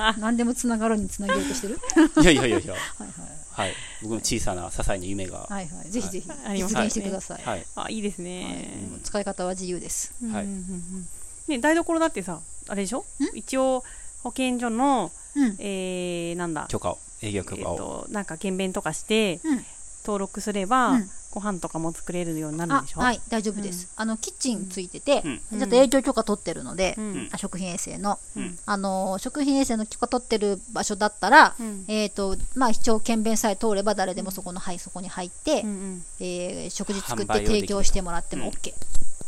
Speaker 2: な何でもつながるにつなげようとしてる。
Speaker 3: いやいやいやいや
Speaker 2: はいはい。
Speaker 3: はい僕の小さな些細な夢が
Speaker 2: はいはい。ぜひぜひ
Speaker 1: あります
Speaker 2: 実
Speaker 1: ね
Speaker 2: 現してください。
Speaker 3: はい、
Speaker 1: あいいです
Speaker 2: はい
Speaker 1: ね、
Speaker 2: もう使い方は自由です。
Speaker 1: うんうん
Speaker 3: はい
Speaker 1: うんうんね台所だってさあれでしょ一応保健所の
Speaker 2: うん。
Speaker 1: えー、なんだ
Speaker 3: 許可を営業
Speaker 1: え
Speaker 3: 許
Speaker 1: っ
Speaker 3: 可を、
Speaker 1: となんか検便とかして
Speaker 2: うん
Speaker 1: 登録すれば、
Speaker 2: うん
Speaker 1: ご飯とかも作れるようになる
Speaker 2: あ
Speaker 1: んでしょ
Speaker 2: はい大丈夫です。あのキッチンついてて、
Speaker 3: う
Speaker 1: うん
Speaker 2: ちょっと営業許可取ってるので
Speaker 1: う、ん
Speaker 2: あ食品衛生の
Speaker 1: うん
Speaker 2: あの食品衛生の許可取ってる場所だったら
Speaker 1: う。ん
Speaker 2: えーとまあ、一応、検便さえ通れば誰でもそこの、はい、そこに入って、
Speaker 1: うん
Speaker 2: えー食事作っ
Speaker 3: 販売
Speaker 2: て
Speaker 3: をできる
Speaker 2: 提供してもらっても
Speaker 3: うん
Speaker 2: OK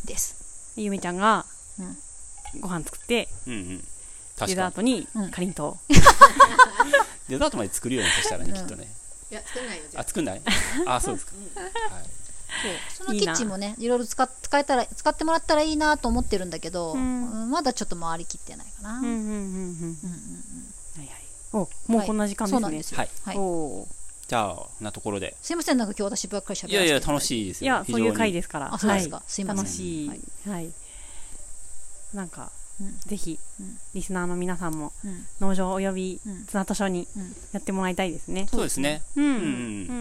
Speaker 2: です。
Speaker 1: でゆめちゃんが
Speaker 2: うん
Speaker 1: ご飯作って
Speaker 3: うんうん
Speaker 1: デ
Speaker 3: 確
Speaker 1: ザー
Speaker 3: かに
Speaker 1: トに
Speaker 2: うん
Speaker 1: かりんと
Speaker 3: デザートまで作るようにそしたらね、
Speaker 2: うん
Speaker 3: きっとね
Speaker 4: いや作らないよじゃ
Speaker 3: あ
Speaker 4: あ
Speaker 3: 作んないあそうですか、はい、
Speaker 2: そうその
Speaker 1: いい
Speaker 2: キ
Speaker 1: な
Speaker 2: ッチンもねいろいろ使っ使えたら使ってもらったらいいなと思ってるんだけど、
Speaker 1: うん
Speaker 2: うんまだちょっと回りきってないかな。
Speaker 1: うんうんうんうんはいはいおもうこんな時間です
Speaker 2: はいそうなん
Speaker 1: ね
Speaker 2: ですよ
Speaker 3: はい
Speaker 2: はい、
Speaker 1: おー
Speaker 3: じゃあこんなところです
Speaker 2: いませんなんか今日私ばっかり喋
Speaker 3: いやいや楽
Speaker 2: い
Speaker 3: しいです
Speaker 1: い
Speaker 3: よ
Speaker 1: やそういう回ですすから
Speaker 2: あそうですか、すいません
Speaker 1: 楽しい、
Speaker 2: は
Speaker 1: はいいなんか、
Speaker 2: うん
Speaker 1: ぜひ、
Speaker 2: うん
Speaker 1: リスナーの皆さんも
Speaker 2: うん
Speaker 1: 農場および
Speaker 2: うん
Speaker 1: 綱図書に
Speaker 2: うん
Speaker 1: やってもらいたいですね。
Speaker 3: そうですね
Speaker 1: うん
Speaker 3: うん
Speaker 1: う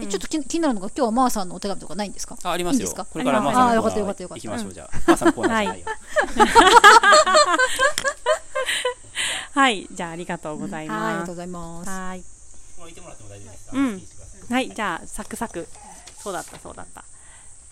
Speaker 1: ん
Speaker 2: えちょっと気気になるのが今日はマーさんのお手紙とかないんですか
Speaker 3: ああります
Speaker 2: いいん
Speaker 3: よ
Speaker 2: ですか
Speaker 3: これから
Speaker 1: ありま
Speaker 3: マ
Speaker 1: す
Speaker 3: ーさんの
Speaker 2: あーよかったよかったよかった
Speaker 3: 行きましょうじゃあマーさんのコーナーじゃないよ
Speaker 1: はい、じゃあありがとうござい
Speaker 2: はいあり
Speaker 1: ま
Speaker 2: がと
Speaker 1: す。
Speaker 2: うございます。
Speaker 1: はい、
Speaker 3: もういてもらっても大丈夫ですか
Speaker 1: うんはい、じゃあサクサク。そうだった、そうだった。